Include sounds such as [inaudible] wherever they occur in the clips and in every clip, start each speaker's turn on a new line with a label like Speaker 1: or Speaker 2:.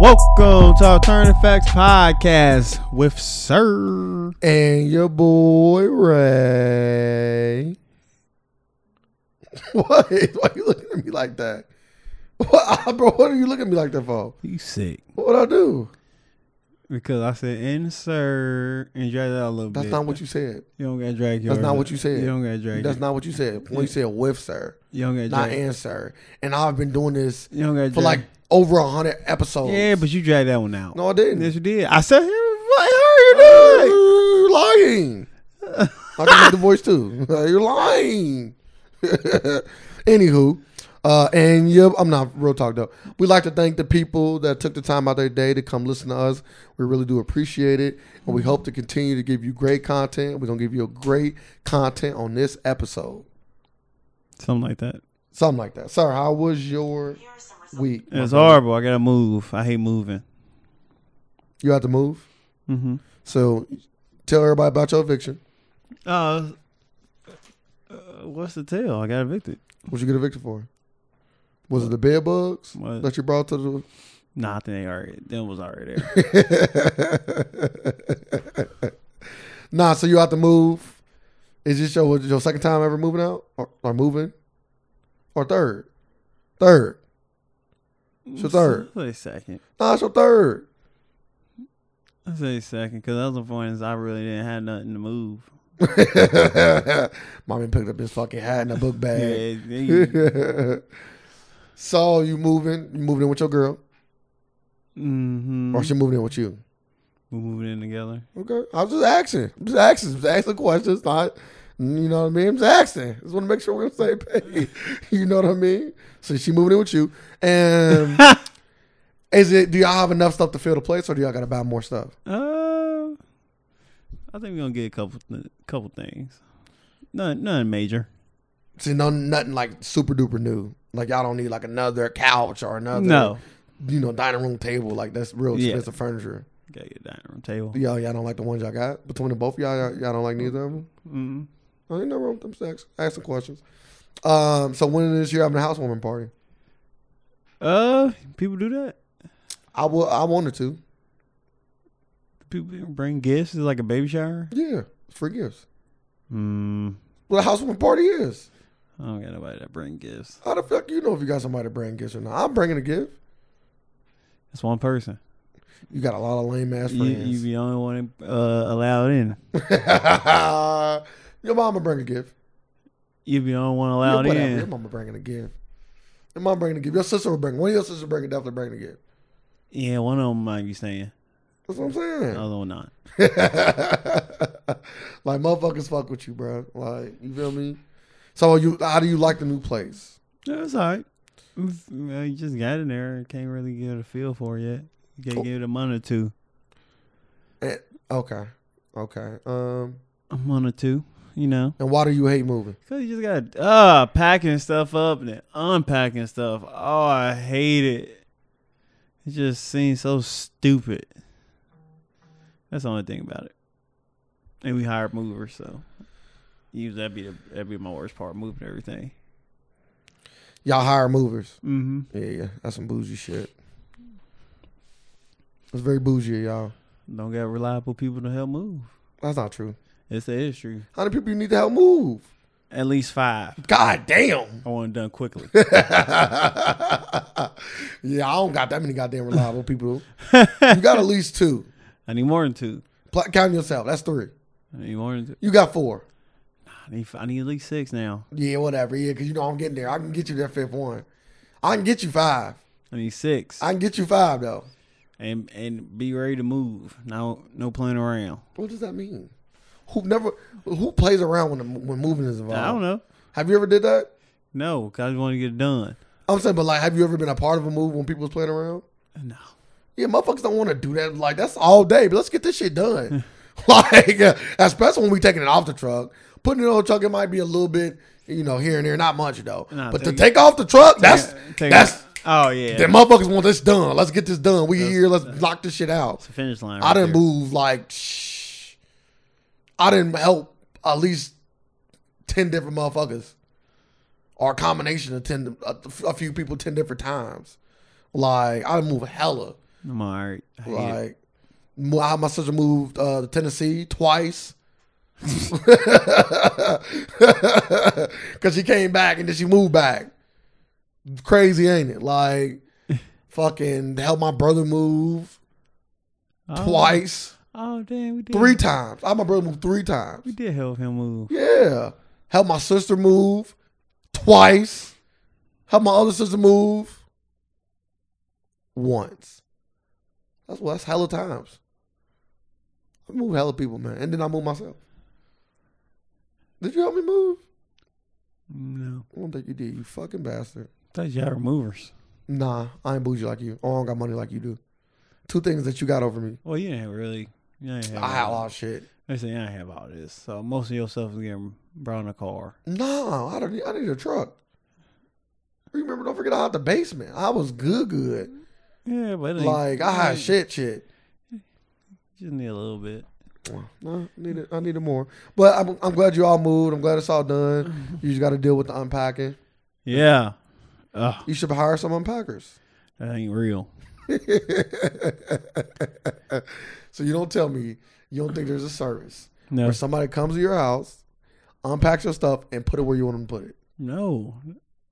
Speaker 1: Welcome to Alternative Facts Podcast with Sir.
Speaker 2: And your boy Ray. [laughs] What? Why you looking at me like that? What, [laughs] bro? What are you looking at me like that for?
Speaker 1: You sick.
Speaker 2: What I do?
Speaker 1: Because I said and Sir and drag that a little
Speaker 2: That's
Speaker 1: bit.
Speaker 2: not what you said.
Speaker 1: you don't gotta drag your
Speaker 2: That's not what you said.
Speaker 1: You don't gotta drag
Speaker 2: That's
Speaker 1: it.
Speaker 2: not what you said. When you said with sir,
Speaker 1: you don't gotta
Speaker 2: not
Speaker 1: drag
Speaker 2: and sir. And I've been doing this
Speaker 1: You don't gotta
Speaker 2: for
Speaker 1: drag
Speaker 2: like over a hundred episodes.
Speaker 1: Yeah, but you drag that one out.
Speaker 2: no, I didn't.
Speaker 1: Yes you did. I said what are you doing?
Speaker 2: You're lying. I can make the voice too. [laughs] You're lying. [laughs] Anywho, uh, and yeah, I'm not real talk though. We like to thank the people that took the time out of their day to come listen to us. We really do appreciate it, and we hope to continue to give you great content. We're gonna give you a great content on this episode,
Speaker 1: Something like that.
Speaker 2: something like that. Sir, how was your
Speaker 3: Here are some results.
Speaker 2: week?
Speaker 1: It's horrible. I gotta move. I hate moving.
Speaker 2: You had to move,
Speaker 1: Mm-hmm.
Speaker 2: so tell everybody about your eviction.
Speaker 1: Uh, uh, what's the tale? I got evicted.
Speaker 2: What you get evicted for? Was it the bed bugs
Speaker 1: What?
Speaker 2: that you brought to the
Speaker 1: Nah, I think they already. Them was already
Speaker 2: [laughs]
Speaker 1: there.
Speaker 2: Nah, so you have to move. Is this your your second time ever moving out or, or moving, or third? Third. It's your third.
Speaker 1: I say second.
Speaker 2: Nah, it's your third. [laughs]
Speaker 1: I say second because other point is I really didn't have nothing to move.
Speaker 2: Mommy picked up his fucking hat and a book
Speaker 1: Yeah,
Speaker 2: bag. [laughs]
Speaker 1: they-
Speaker 2: so you moving? You moving in with your girl,
Speaker 1: mhm.
Speaker 2: or she moving in with you?
Speaker 1: we moving in together.
Speaker 2: Okay, I'm just asking. I'm just asking. Just asking questions. Not, you know what I mean. I'm just asking. Just want to make sure we're on the same page. [laughs] you know what I mean. So she moving in with you,
Speaker 1: [laughs]
Speaker 2: and is it? Do y'all have enough stuff to fill the place, or do y'all got to buy more stuff?
Speaker 1: Uh, I think we're gonna get a couple, th- couple things. None, none major.
Speaker 2: See, no, nothing like super duper new. Like y'all don't need like another couch or another,
Speaker 1: No,
Speaker 2: you know, dining room table. Like that's real
Speaker 1: Yeah.
Speaker 2: expensive furniture.
Speaker 1: gotta get a dining room table.
Speaker 2: Y'all, y'all don't like the ones y'all got between the both of y'all. Y'all, y'all don't like neither of them.
Speaker 1: Mm.
Speaker 2: I ain't no wrong with them sex. Asking questions. Um, so when is you having a housewarming party?
Speaker 1: Uh, people do that.
Speaker 2: I will. I wanted to.
Speaker 1: People bring gifts. It's like a baby shower.
Speaker 2: Yeah, free gifts.
Speaker 1: Mm.
Speaker 2: What a housewarming party is.
Speaker 1: I don't got nobody that bring gifts.
Speaker 2: How the fuck you know if you got somebody to bring gifts or not? I'm bringing a gift.
Speaker 1: It's one person.
Speaker 2: You got a lot of lame ass
Speaker 1: You, you
Speaker 2: friends.
Speaker 1: be the only one uh, allowed in.
Speaker 2: [laughs] your mama bring a gift.
Speaker 1: You be the only one
Speaker 2: Your,
Speaker 1: allowed
Speaker 2: whatever, your
Speaker 1: in.
Speaker 2: mama bringing a gift. Your mom bringing a gift. Your sister will bring. One of your sisters bringing definitely bringing a gift.
Speaker 1: Yeah, one of them might be staying.
Speaker 2: That's what I'm
Speaker 1: The
Speaker 2: saying.
Speaker 1: other one not.
Speaker 2: [laughs] like motherfuckers fuck with you, bro. Like you feel me? So you, how do you like the new place?
Speaker 1: No, it's all right. It's- well, You just got in there. and Can't really get a feel for it yet. You gotta
Speaker 2: Oh.
Speaker 1: give it a month or two.
Speaker 2: Eh, okay, okay. Um,
Speaker 1: A month or two, you know.
Speaker 2: and why do you hate moving?
Speaker 1: Because you just got uh, packing stuff up and then unpacking stuff. Oh, I hate it. It just seems so stupid. That's the only thing about it. And we hired movers, so. Usually that'd be, the, that'd be my worst part, moving everything.
Speaker 2: Y'all hire movers.
Speaker 1: Mm-hmm.
Speaker 2: Yeah, yeah, that's some bougie shit. That's very bougie, y'all.
Speaker 1: Don't got reliable people to help move.
Speaker 2: That's not true.
Speaker 1: It's the issue.
Speaker 2: How many people you need to help move?
Speaker 1: At least five.
Speaker 2: God damn.
Speaker 1: I want it done
Speaker 2: [laughs]
Speaker 1: quickly.
Speaker 2: yeah, I don't got that many goddamn
Speaker 1: [laughs]
Speaker 2: reliable people. You got at least two.
Speaker 1: I need more than two.
Speaker 2: Pl- Count yourself. That's three.
Speaker 1: I need more than two.
Speaker 2: You got four.
Speaker 1: I need, I need at least six now.
Speaker 2: Yeah, whatever. Yeah, because you know I'm getting there. I can get you that fifth one. I can get you five.
Speaker 1: I need six.
Speaker 2: I can get you five though.
Speaker 1: and and be ready to move. No no playing around.
Speaker 2: What does that mean? Who never? Who plays around when the, when moving is involved?
Speaker 1: I don't know.
Speaker 2: Have you ever did that?
Speaker 1: No, 'cause I just want to get it done.
Speaker 2: I'm saying, but like, have you ever been a part of a move when people was playing around?
Speaker 1: No.
Speaker 2: Yeah, motherfuckers don't want to do that. Like, that's all day. But let's get this shit
Speaker 1: [laughs]
Speaker 2: done. [laughs] like, uh, especially when we taking it off the truck, putting it on the truck, it might be a little bit, you know, here and there, not much though.
Speaker 1: Nah,
Speaker 2: but to
Speaker 1: take it-
Speaker 2: take off the truck, that's
Speaker 1: Take-
Speaker 2: that's
Speaker 1: Oh yeah.
Speaker 2: the motherfuckers want this done. Let's get this done. We here. Let's knock this shit out.
Speaker 1: It's the finish line.
Speaker 2: I
Speaker 1: right
Speaker 2: didn't
Speaker 1: there.
Speaker 2: move like, shh. I didn't help at least ten different motherfuckers, or a combination of ten, a, a few people ten different times. Like I done moved hella.
Speaker 1: I'm all right. I hate it.
Speaker 2: Like, mo- I- my sister moved uh, to Tennessee twice. [laughs] Because she came back and then she moved back. Crazy, ain't it? Like, fucking helped my brother move
Speaker 1: Oh,
Speaker 2: twice,
Speaker 1: Oh damn, we did.
Speaker 2: three times. I my brother moved three
Speaker 1: We
Speaker 2: times.
Speaker 1: did help him move.
Speaker 2: Yeah. Helped my sister move twice. Helped my other sister move once. That's well, that's hella times. I moved hella people, man. And then I moved myself. Did you help me move?
Speaker 1: No,
Speaker 2: I don't think you did, you fucking bastard.
Speaker 1: thought y'all were movers.
Speaker 2: Nah, I ain't bougie like you. Oh, I don't got money like you do. Two things that you got over me.
Speaker 1: Well, you didn't really. You didn't have
Speaker 2: I had a
Speaker 1: all-
Speaker 2: lot of shit.
Speaker 1: They say I have all this, so most of your stuff is getting brought in the car.
Speaker 2: No, I don't. Need, I need a truck. Remember, don't forget I had the basement. I was good, good.
Speaker 1: Yeah, but it ain't-
Speaker 2: Like I had
Speaker 1: ain't-
Speaker 2: shit, shit.
Speaker 1: Just need a little bit.
Speaker 2: No, I needed, I needed more. But I'm, I'm glad you all moved. I'm glad it's all [laughs] done. You just got to deal with the unpacking.
Speaker 1: Yeah, Ugh,
Speaker 2: You should hire some unpackers. [laughs]
Speaker 1: that ain't real.
Speaker 2: so you don't tell me you don't think there's a service
Speaker 1: No,
Speaker 2: where somebody comes to your house, unpacks your stuff, and put it where you want them to put it.
Speaker 1: no,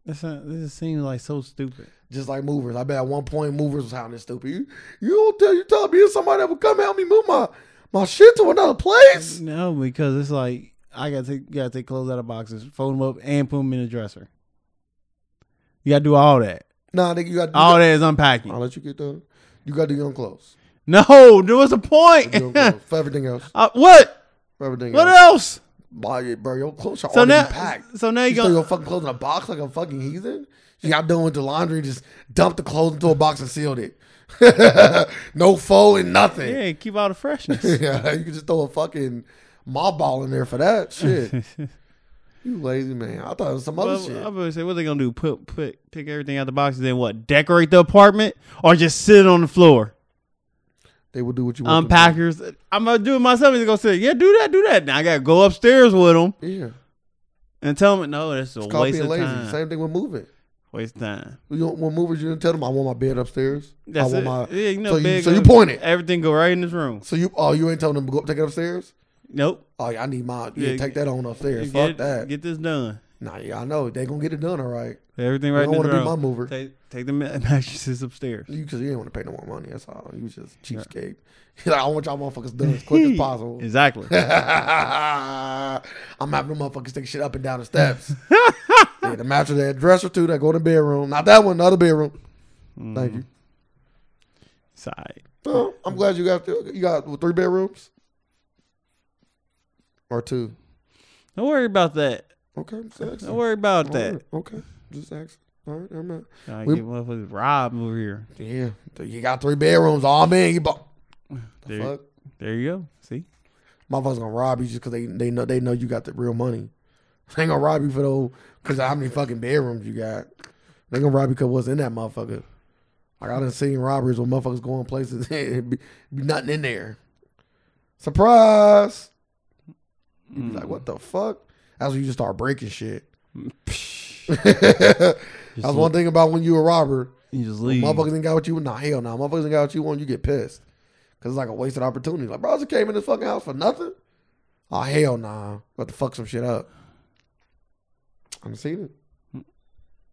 Speaker 1: that's not, this just seems like so stupid.
Speaker 2: Just like movers. I bet at one point movers was having this stupid. You, you don't tell you tell me it's somebody that would come help me move my my shit to another place.
Speaker 1: No, because it's like I gotta take gotta take clothes out of boxes, fold them up, and put them in the dresser. You gotta do all that.
Speaker 2: Nah, nigga, you got
Speaker 1: All that is
Speaker 2: I'll
Speaker 1: unpacking.
Speaker 2: let you get done. You got to do your own clothes.
Speaker 1: No, there was a
Speaker 2: You
Speaker 1: point.
Speaker 2: do your own clothes. For everything else.
Speaker 1: [laughs] Uh, what?
Speaker 2: For everything
Speaker 1: What
Speaker 2: else.
Speaker 1: else?
Speaker 2: Why, you- bro, your clothes are
Speaker 1: So
Speaker 2: already
Speaker 1: now,
Speaker 2: packed.
Speaker 1: so now
Speaker 2: You,
Speaker 1: you
Speaker 2: throw your
Speaker 1: go.
Speaker 2: fucking clothes in a box like a fucking heathen? You got done with the laundry, just dumped the clothes into a box and sealed it. [laughs] no fold and nothing.
Speaker 1: Yeah, keep all the freshness.
Speaker 2: [laughs]
Speaker 1: [laughs]
Speaker 2: Yeah, you could just throw a fucking mob ball in there
Speaker 1: [laughs]
Speaker 2: for that shit. you lazy man. I thought it was some other
Speaker 1: Well,
Speaker 2: shit.
Speaker 1: I'm gonna say, what they gonna do? Put put pick everything out the box and then what? Decorate the apartment or just sit on the floor?
Speaker 2: they will do what you want. them
Speaker 1: Unpackers. I'm gonna do it myself. He's gonna say, yeah, do that, do that. Now I gotta go upstairs with them
Speaker 2: to do. Yeah,
Speaker 1: and tell them, no, that's a
Speaker 2: it's called
Speaker 1: waste
Speaker 2: being
Speaker 1: of
Speaker 2: lazy.
Speaker 1: time.
Speaker 2: Same thing with moving.
Speaker 1: Waste of time.
Speaker 2: You don't, when movers, you didn't tell them I want my bed upstairs.
Speaker 1: That's
Speaker 2: I
Speaker 1: it.
Speaker 2: want my.
Speaker 1: yeah, you know,
Speaker 2: so you-
Speaker 1: big
Speaker 2: so you
Speaker 1: little-
Speaker 2: pointed.
Speaker 1: Everything go right in this room.
Speaker 2: So you oh you ain't telling them to go up take it upstairs.
Speaker 1: Nope.
Speaker 2: Oh yeah, I need my yeah,
Speaker 1: Yeah,
Speaker 2: take that on upstairs.
Speaker 1: Get-
Speaker 2: Fuck that.
Speaker 1: Get this done.
Speaker 2: nah, yeah, I know they gonna get it done. All right,
Speaker 1: Everything right
Speaker 2: I
Speaker 1: in this
Speaker 2: want to be
Speaker 1: room.
Speaker 2: my mover.
Speaker 1: Take take the ma- [laughs] mattresses upstairs.
Speaker 2: You because you didn't want to pay no more money. That's all. You just cheapskate. [laughs] like, I want y'all motherfuckers done
Speaker 1: [laughs]
Speaker 2: as quick as possible. [laughs]
Speaker 1: Exactly.
Speaker 2: I'm having them motherfuckers take shit up and down
Speaker 1: [laughs]
Speaker 2: the steps. yeah, the mattress, that dresser too, that go to the bedroom. Not that one, the other bedroom.
Speaker 1: Mm-hmm.
Speaker 2: Thank you.
Speaker 1: Side.
Speaker 2: Well, I'm glad you got you got what, three bedrooms or two.
Speaker 1: Don't worry about that.
Speaker 2: Okay, just asking.
Speaker 1: Don't worry about
Speaker 2: All
Speaker 1: that.
Speaker 2: right, okay, just asking. All right, I'm not.
Speaker 1: I
Speaker 2: We-
Speaker 1: get motherfuckers robbed over here.
Speaker 2: Yeah, so you got three bedrooms. All man, you bought. The
Speaker 1: There-
Speaker 2: fuck,
Speaker 1: There you go.
Speaker 2: [laughs]
Speaker 1: See?
Speaker 2: motherfuckers gonna rob you just because they they know they know you got the real money. They ain't gonna rob you for those because how many fucking bedrooms you got. They gonna rob you because what's in that motherfucker. Like I done seen robberies where motherfuckers going places [laughs] and be, be nothing in there. Surprise! You be like, what the fuck? That's when you just start breaking shit. [laughs] That's
Speaker 1: Just
Speaker 2: one thing about when you a robber.
Speaker 1: You just leave.
Speaker 2: Motherfuckers ain't got what you want. Nah, hell nah. Motherfuckers ain't got what you want. You get pissed. Because it's like a wasted opportunity. Like, bro, I just came in this fucking house for nothing. Oh, hell nah. About to fuck some shit up. I haven't seen it.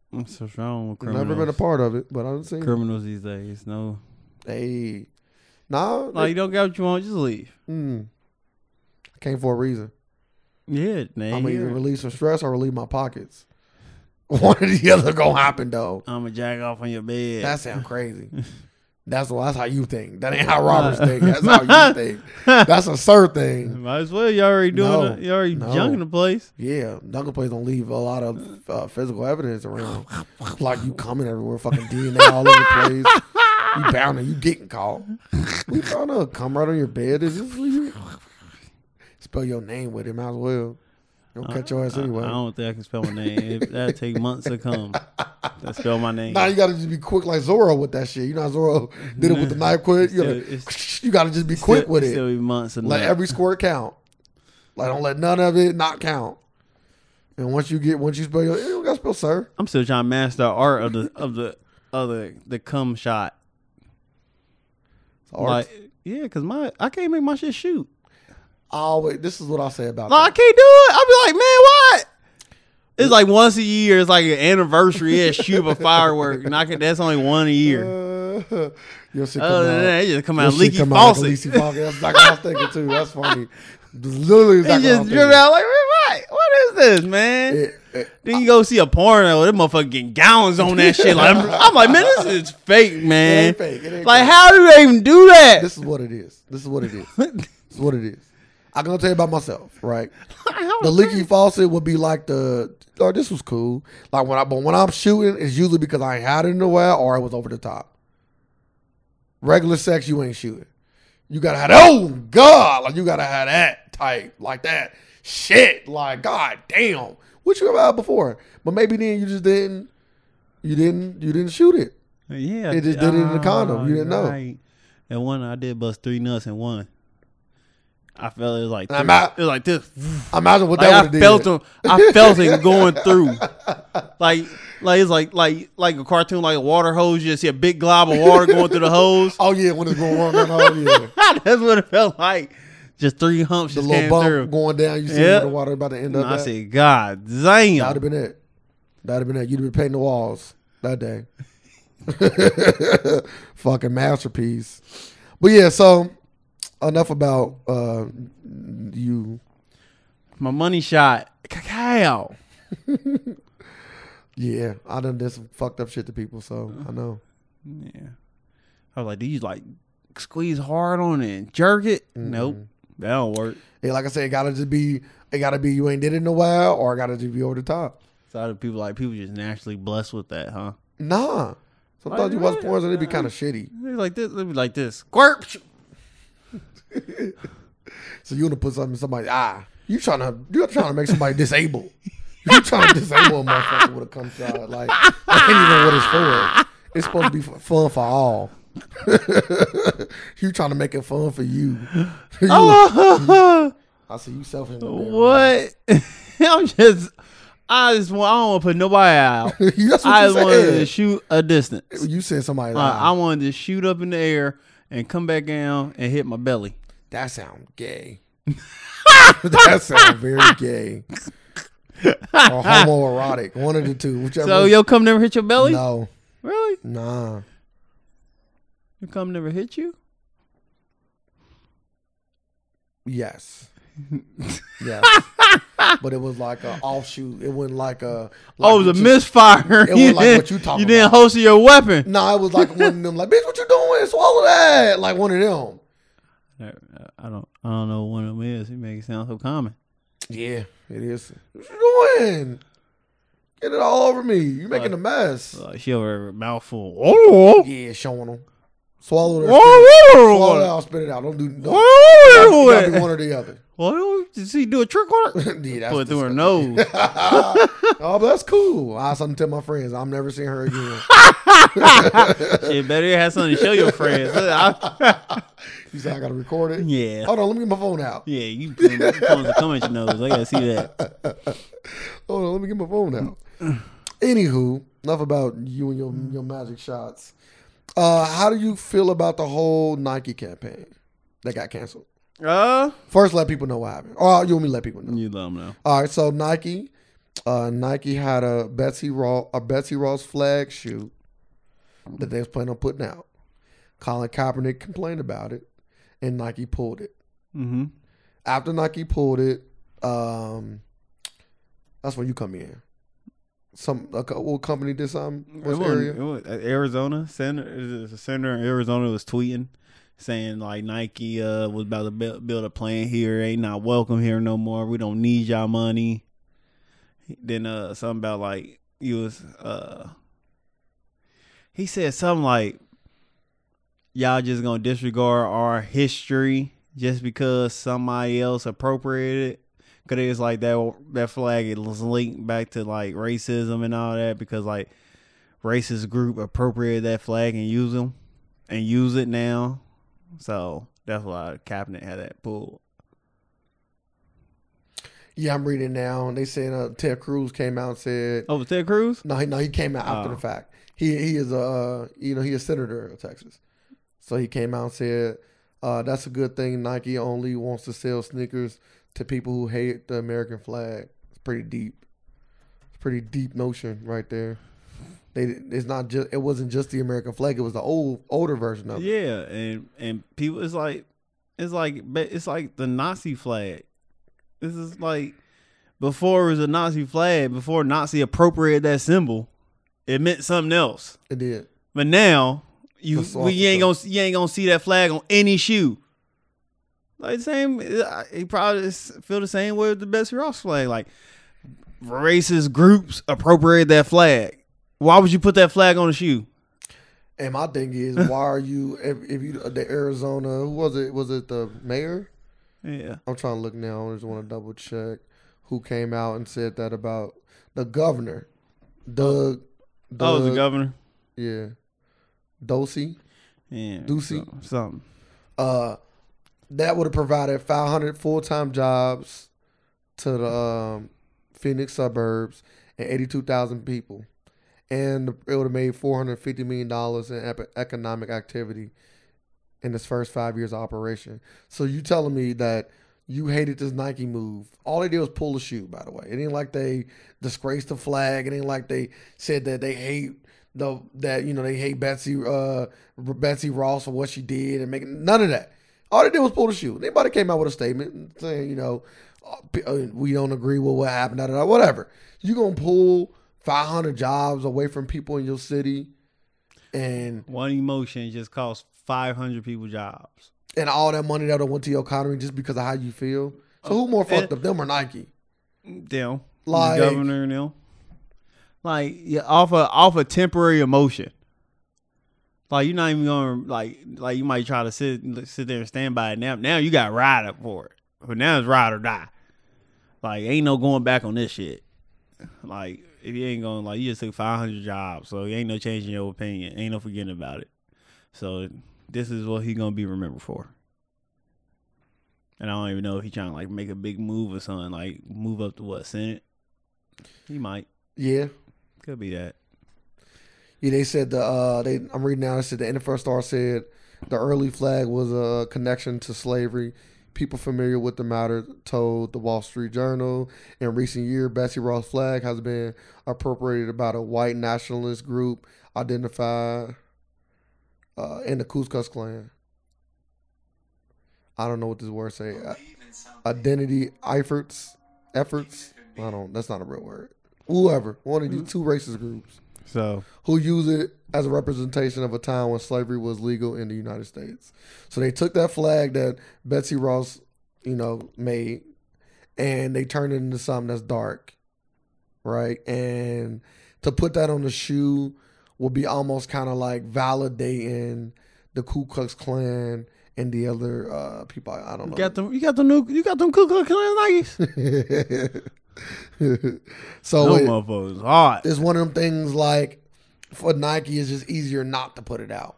Speaker 1: What's so wrong with criminals?
Speaker 2: Never been a part of it, but I haven't seen
Speaker 1: criminals these days. No.
Speaker 2: it. Hey. Nah.
Speaker 1: Like,
Speaker 2: it-
Speaker 1: you don't get what you want, just leave.
Speaker 2: mm. I came for a reason.
Speaker 1: Yeah, man.
Speaker 2: I'm
Speaker 1: I'm
Speaker 2: going to either release some stress or relieve my pockets. [laughs] One or the other gonna happen, though.
Speaker 1: a jack off on your bed.
Speaker 2: That
Speaker 1: [laughs]
Speaker 2: sound crazy. That's why. That's how you think. That ain't how robbers think.
Speaker 1: [laughs]
Speaker 2: That's how you think. That's a sir thing.
Speaker 1: Might as well. You already doing
Speaker 2: No,
Speaker 1: it. You already
Speaker 2: no.
Speaker 1: junking the place.
Speaker 2: Yeah, knuckle plates don't leave a lot of uh, physical evidence around. like you coming everywhere, fucking DNA all over the place. You bound to, you getting caught. We found a come right on your bed. Is this you? Spell your name with it, might as well. Don't catch your ass
Speaker 1: I- I,
Speaker 2: anyway.
Speaker 1: don't think I can spell my name.
Speaker 2: [laughs]
Speaker 1: It, that'd take months to come to spell my name.
Speaker 2: Now you gotta just be quick like Zorro with that shit. You know how Zorro did it with the knife quick. You
Speaker 1: Still-
Speaker 2: gotta, [laughs] you gotta just be quick
Speaker 1: Still-
Speaker 2: with it.
Speaker 1: Still be months and
Speaker 2: Let
Speaker 1: months.
Speaker 2: every squirt count. Like don't let none of it not count. And once you get once you spell your you don't gotta spell sir.
Speaker 1: I'm still trying to master the art of the of the of the, the cum shot.
Speaker 2: It's art.
Speaker 1: Like, yeah, because my I can't make my shit shoot.
Speaker 2: I always this is what I say about
Speaker 1: No, I
Speaker 2: that.
Speaker 1: can't do it. I'll be like, man, what? It's like once a year. It's like an anniversary at Cuba firework. And I can, that's only one a year.
Speaker 2: Uh, [laughs] your shit come
Speaker 1: Other than
Speaker 2: out-
Speaker 1: that, it just Oh, come
Speaker 2: your
Speaker 1: out
Speaker 2: shit
Speaker 1: leaky
Speaker 2: come out like a
Speaker 1: faucet.
Speaker 2: leaky faucet. That's like what I was thinking too.
Speaker 1: [laughs]
Speaker 2: That's funny. That's Literally,
Speaker 1: It
Speaker 2: exactly what I
Speaker 1: just
Speaker 2: was
Speaker 1: drip
Speaker 2: thinking.
Speaker 1: out like, man, what? What is this, man?
Speaker 2: It- it-
Speaker 1: Then you go see a porno, that motherfucker getting gowns on that shit. Like, I'm, I'm like, man, this is fake, man.
Speaker 2: ain't fake. It ain't
Speaker 1: like,
Speaker 2: fake.
Speaker 1: how do they even do that?
Speaker 2: This is what it is. This is what it is. this is what
Speaker 1: [laughs]
Speaker 2: it is. I'm gonna tell you about myself, right?
Speaker 1: How-
Speaker 2: The leaky faucet would be like the or this was cool. Like when I but when I'm shooting, it's usually because I ain't had it in a while or it was over the top. Regular sex, you ain't shooting. You gotta have oh god, like you gotta have that type like that shit. Like god damn, what you ever had before? But maybe then you just didn't, you didn't, you didn't shoot it.
Speaker 1: yeah,
Speaker 2: They just did it in the condom. You didn't know.
Speaker 1: know. And one, I did bust three nuts in one. I felt it was like,
Speaker 2: I'm
Speaker 1: three-
Speaker 2: out.
Speaker 1: it was like this.
Speaker 2: Imagine what
Speaker 1: Like,
Speaker 2: that
Speaker 1: I
Speaker 2: would have
Speaker 1: felt
Speaker 2: did.
Speaker 1: him.
Speaker 2: [laughs]
Speaker 1: I felt it going through. Like, like it's like like like a cartoon, like a water hose. You just see a big glob of water going through the hose.
Speaker 2: [laughs]
Speaker 1: [laughs]
Speaker 2: Oh yeah, when it's going wrong, oh yeah.
Speaker 1: That's what it felt like. Just three humps
Speaker 2: the
Speaker 1: just [laughs]
Speaker 2: little
Speaker 1: came
Speaker 2: bump
Speaker 1: through.
Speaker 2: going down. You see
Speaker 1: Yeah.
Speaker 2: where the water about to end
Speaker 1: And
Speaker 2: up.
Speaker 1: I
Speaker 2: at.
Speaker 1: said, God
Speaker 2: That'd
Speaker 1: damn.
Speaker 2: have been it. That'd have been it. You'd have been painting the walls that day. [laughs] Fucking masterpiece. But yeah, so enough about uh, you.
Speaker 1: My money shot. Cacao.
Speaker 2: Yeah, I done did some fucked up shit to people, so I know.
Speaker 1: Yeah. I was like, do you like squeeze hard on it and jerk it? Nope. That don't work.
Speaker 2: Yeah, like I said, it gotta just be. It gotta be you ain't did it in a while, or it gotta just be over the top.
Speaker 1: So other people like people just naturally blessed with that, huh?
Speaker 2: Nah. Sometimes
Speaker 1: Like,
Speaker 2: you watch
Speaker 1: really?
Speaker 2: porn and it be kind of shitty.
Speaker 1: They like this, they be like this. Squirt. [laughs]
Speaker 2: So you want to put something in somebody's eye. You trying to you trying to make somebody disabled. You trying to disable a motherfucker when it comes to uh, like I ain't even what it's for. It's supposed to be f- fun for all. [laughs] you trying to make it fun for you. [laughs] You-
Speaker 1: Oh,
Speaker 2: I see you self in the mirror.
Speaker 1: what? [laughs] I'm just I just want I don't want to put nobody [laughs] out.
Speaker 2: [laughs] That's what
Speaker 1: I
Speaker 2: you
Speaker 1: just wanted to
Speaker 2: said.
Speaker 1: shoot a distance.
Speaker 2: you said somebody.
Speaker 1: Like, I
Speaker 2: Like,
Speaker 1: wanted to shoot up in the air and come back down and hit my belly.
Speaker 2: that sound
Speaker 1: [laughs]
Speaker 2: gay. [laughs] that sound very gay.
Speaker 1: [laughs]
Speaker 2: or homoerotic. One of the two. Whichever.
Speaker 1: So yo come never hit your belly?
Speaker 2: no.
Speaker 1: Really?
Speaker 2: Nah.
Speaker 1: Your cum never hit you?
Speaker 2: Yes. yes.
Speaker 1: [laughs]
Speaker 2: But it was like a offshoot. It wasn't like a. Like
Speaker 1: oh, it was a
Speaker 2: you-
Speaker 1: misfire.
Speaker 2: It
Speaker 1: [laughs]
Speaker 2: was like what you talking
Speaker 1: You didn't
Speaker 2: about.
Speaker 1: host your weapon.
Speaker 2: No, it was like one of them. Like, bitch, what you doing? Swallow that. Like one of them.
Speaker 1: I don't. uh, I don't know what them is. You make it sound so common.
Speaker 2: Yeah, it is. What you doing? Get it all over me. You making a mess.
Speaker 1: Like she over her mouthful. [laughs] Oh,
Speaker 2: Yeah, showing them.
Speaker 1: oh,
Speaker 2: Swallow that. Swallow it
Speaker 1: oh,
Speaker 2: out. Spit it out. Don't do.
Speaker 1: oh,
Speaker 2: Don't, you gotta be
Speaker 1: oh,
Speaker 2: one or the other. [laughs]
Speaker 1: oh. Did she do a trick on her?
Speaker 2: yeah, that's
Speaker 1: Put it through her
Speaker 2: disgusting.
Speaker 1: nose.
Speaker 2: oh, but that's cool. I have something to tell my friends. I'm never seeing
Speaker 1: [laughs]
Speaker 2: her again.
Speaker 1: Shit, better have something to show your
Speaker 2: [laughs]
Speaker 1: friends. [laughs] I-
Speaker 2: You said I gotta record it.
Speaker 1: yeah,
Speaker 2: Hold on, let me get my phone out.
Speaker 1: yeah. You putting the cum at your nose. I gotta see that.
Speaker 2: Hold on, let me get my phone out. Anywho, enough about you and your your magic shots. Uh, how do you feel about the whole Nike campaign that got canceled?
Speaker 1: Uh,
Speaker 2: First, let people know what happened. Or you want me to let people know?
Speaker 1: you let them know.
Speaker 2: All right, so Nike, uh, Nike had a Betsy Ross a Betsy Ross flag shoe that they was planning on putting out. Colin Kaepernick complained about it, and Nike pulled it.
Speaker 1: Mm-hmm.
Speaker 2: after Nike pulled it, um, that's when you come in. Some a co- what company did something?
Speaker 1: It
Speaker 2: What
Speaker 1: wasn't-
Speaker 2: area?
Speaker 1: it was- uh, Arizona senator, is it a senator in Arizona was tweeting saying like Nike uh, was about to bu- build a plant here. Ain't not welcome here no more. We don't need y'all money. Then uh, something about like you was uh, he said something like y'all just gonna disregard our history just because somebody else appropriated it. Cause it's like that that flag is linked back to like racism and all that because like racist group appropriated that flag and use them and use it now. So that's why Kaepernick had that pull.
Speaker 2: Yeah, I'm reading now, and they said uh, Ted Cruz came out and said
Speaker 1: Oh, was Ted Cruz?
Speaker 2: no, he, no, he came out after
Speaker 1: Oh.
Speaker 2: the fact. He he is a uh, you know he a senator of Texas, So he came out and said, uh, "That's a good thing. Nike only wants to sell sneakers to people who hate the American flag." It's pretty deep. It's pretty deep notion right there. They it's not just it wasn't just the American flag. It was the old older version of it.
Speaker 1: Yeah, and and people, it's like it's like ba- it's like the Nazi flag. This is like before it was a Nazi flag. Before Nazi appropriated that symbol, it meant something else.
Speaker 2: It did.
Speaker 1: But now you
Speaker 2: The
Speaker 1: we ain't gonna
Speaker 2: swastika.
Speaker 1: you ain't gonna see that flag on any shoe. Like same, I- he probably s- feel the same way with the Betsy Ross flag. Like racist groups appropriated that flag. Why would you put that flag on a shoe?
Speaker 2: And my thing is, why are you if, if you the Arizona? Who was it? Was it the mayor?
Speaker 1: Yeah.
Speaker 2: I'm trying to look now. I just want to double check who came out and said that about the governor, Doug. Doug
Speaker 1: Oh, it was the governor.
Speaker 2: Yeah, Dosey.
Speaker 1: Yeah.
Speaker 2: Ducey.
Speaker 1: some- Something.
Speaker 2: Uh, that would have provided 500 full time jobs to the um, Phoenix suburbs and 82,000 people, and it would have made 450 million dollars in ep- economic activity in its first five years of operation. So you telling me that you hated this Nike move? All they did was pull a shoe. By the way, it ain't like they disgraced the flag. It ain't like they said that they hate the that you know they hate Betsy uh Betsy Ross for what she did and making none of that. All they did was pull the shoe. Anybody came out with a statement saying you know uh, p- uh, we don't agree with what happened. Da, da, da, whatever. You gonna pull 500 jobs away from people in your city, and
Speaker 1: One emotion just cost 500 people jobs.
Speaker 2: and all that money that went to your economy just because of how you feel. So who more fucked up, them or Nike?
Speaker 1: Damn.
Speaker 2: Like-
Speaker 1: the governor and them. Like, yeah, off a off a temporary emotion. Like you're not even gonna like like you might try to sit sit there and stand by it now. Now you got ride up for it. But now it's ride or die. Like ain't no going back on this shit. Like if you ain't gonna like you just took 500 jobs, so ain't no changing your opinion. Ain't no forgetting about it. So this is what he gonna be remembered for. And I don't even know if he trying to like make a big move or something, like move up to what Senate. He might
Speaker 2: Yeah,
Speaker 1: could be that.
Speaker 2: yeah. They said the uh, they I'm reading now. They said the NFL star said the early flag was a connection to slavery. People familiar with the matter told the Wall Street Journal in recent year, Betsy Ross flag has been appropriated by the white nationalist group identified uh, in the Ku Klux Klan. I don't know what this word say. I- identity efforts efforts. I don't. That's not a real word. Whoever one of these two racist groups
Speaker 1: So
Speaker 2: who use it as a representation of a time when slavery was legal in the United States. So they took that flag that Betsy Ross, you know, made, and they turned it into something that's dark, right? And to put that on the shoe would be almost kind of like validating the Ku Klux Klan and the other uh, people. I I don't
Speaker 1: you
Speaker 2: know.
Speaker 1: got them, you got them new, you got them Ku Klux Klan Nikes.
Speaker 2: [laughs] so
Speaker 1: Them
Speaker 2: it-
Speaker 1: motherfuckers hard.
Speaker 2: it's one of them things like for Nike, it's just easier not to put it out.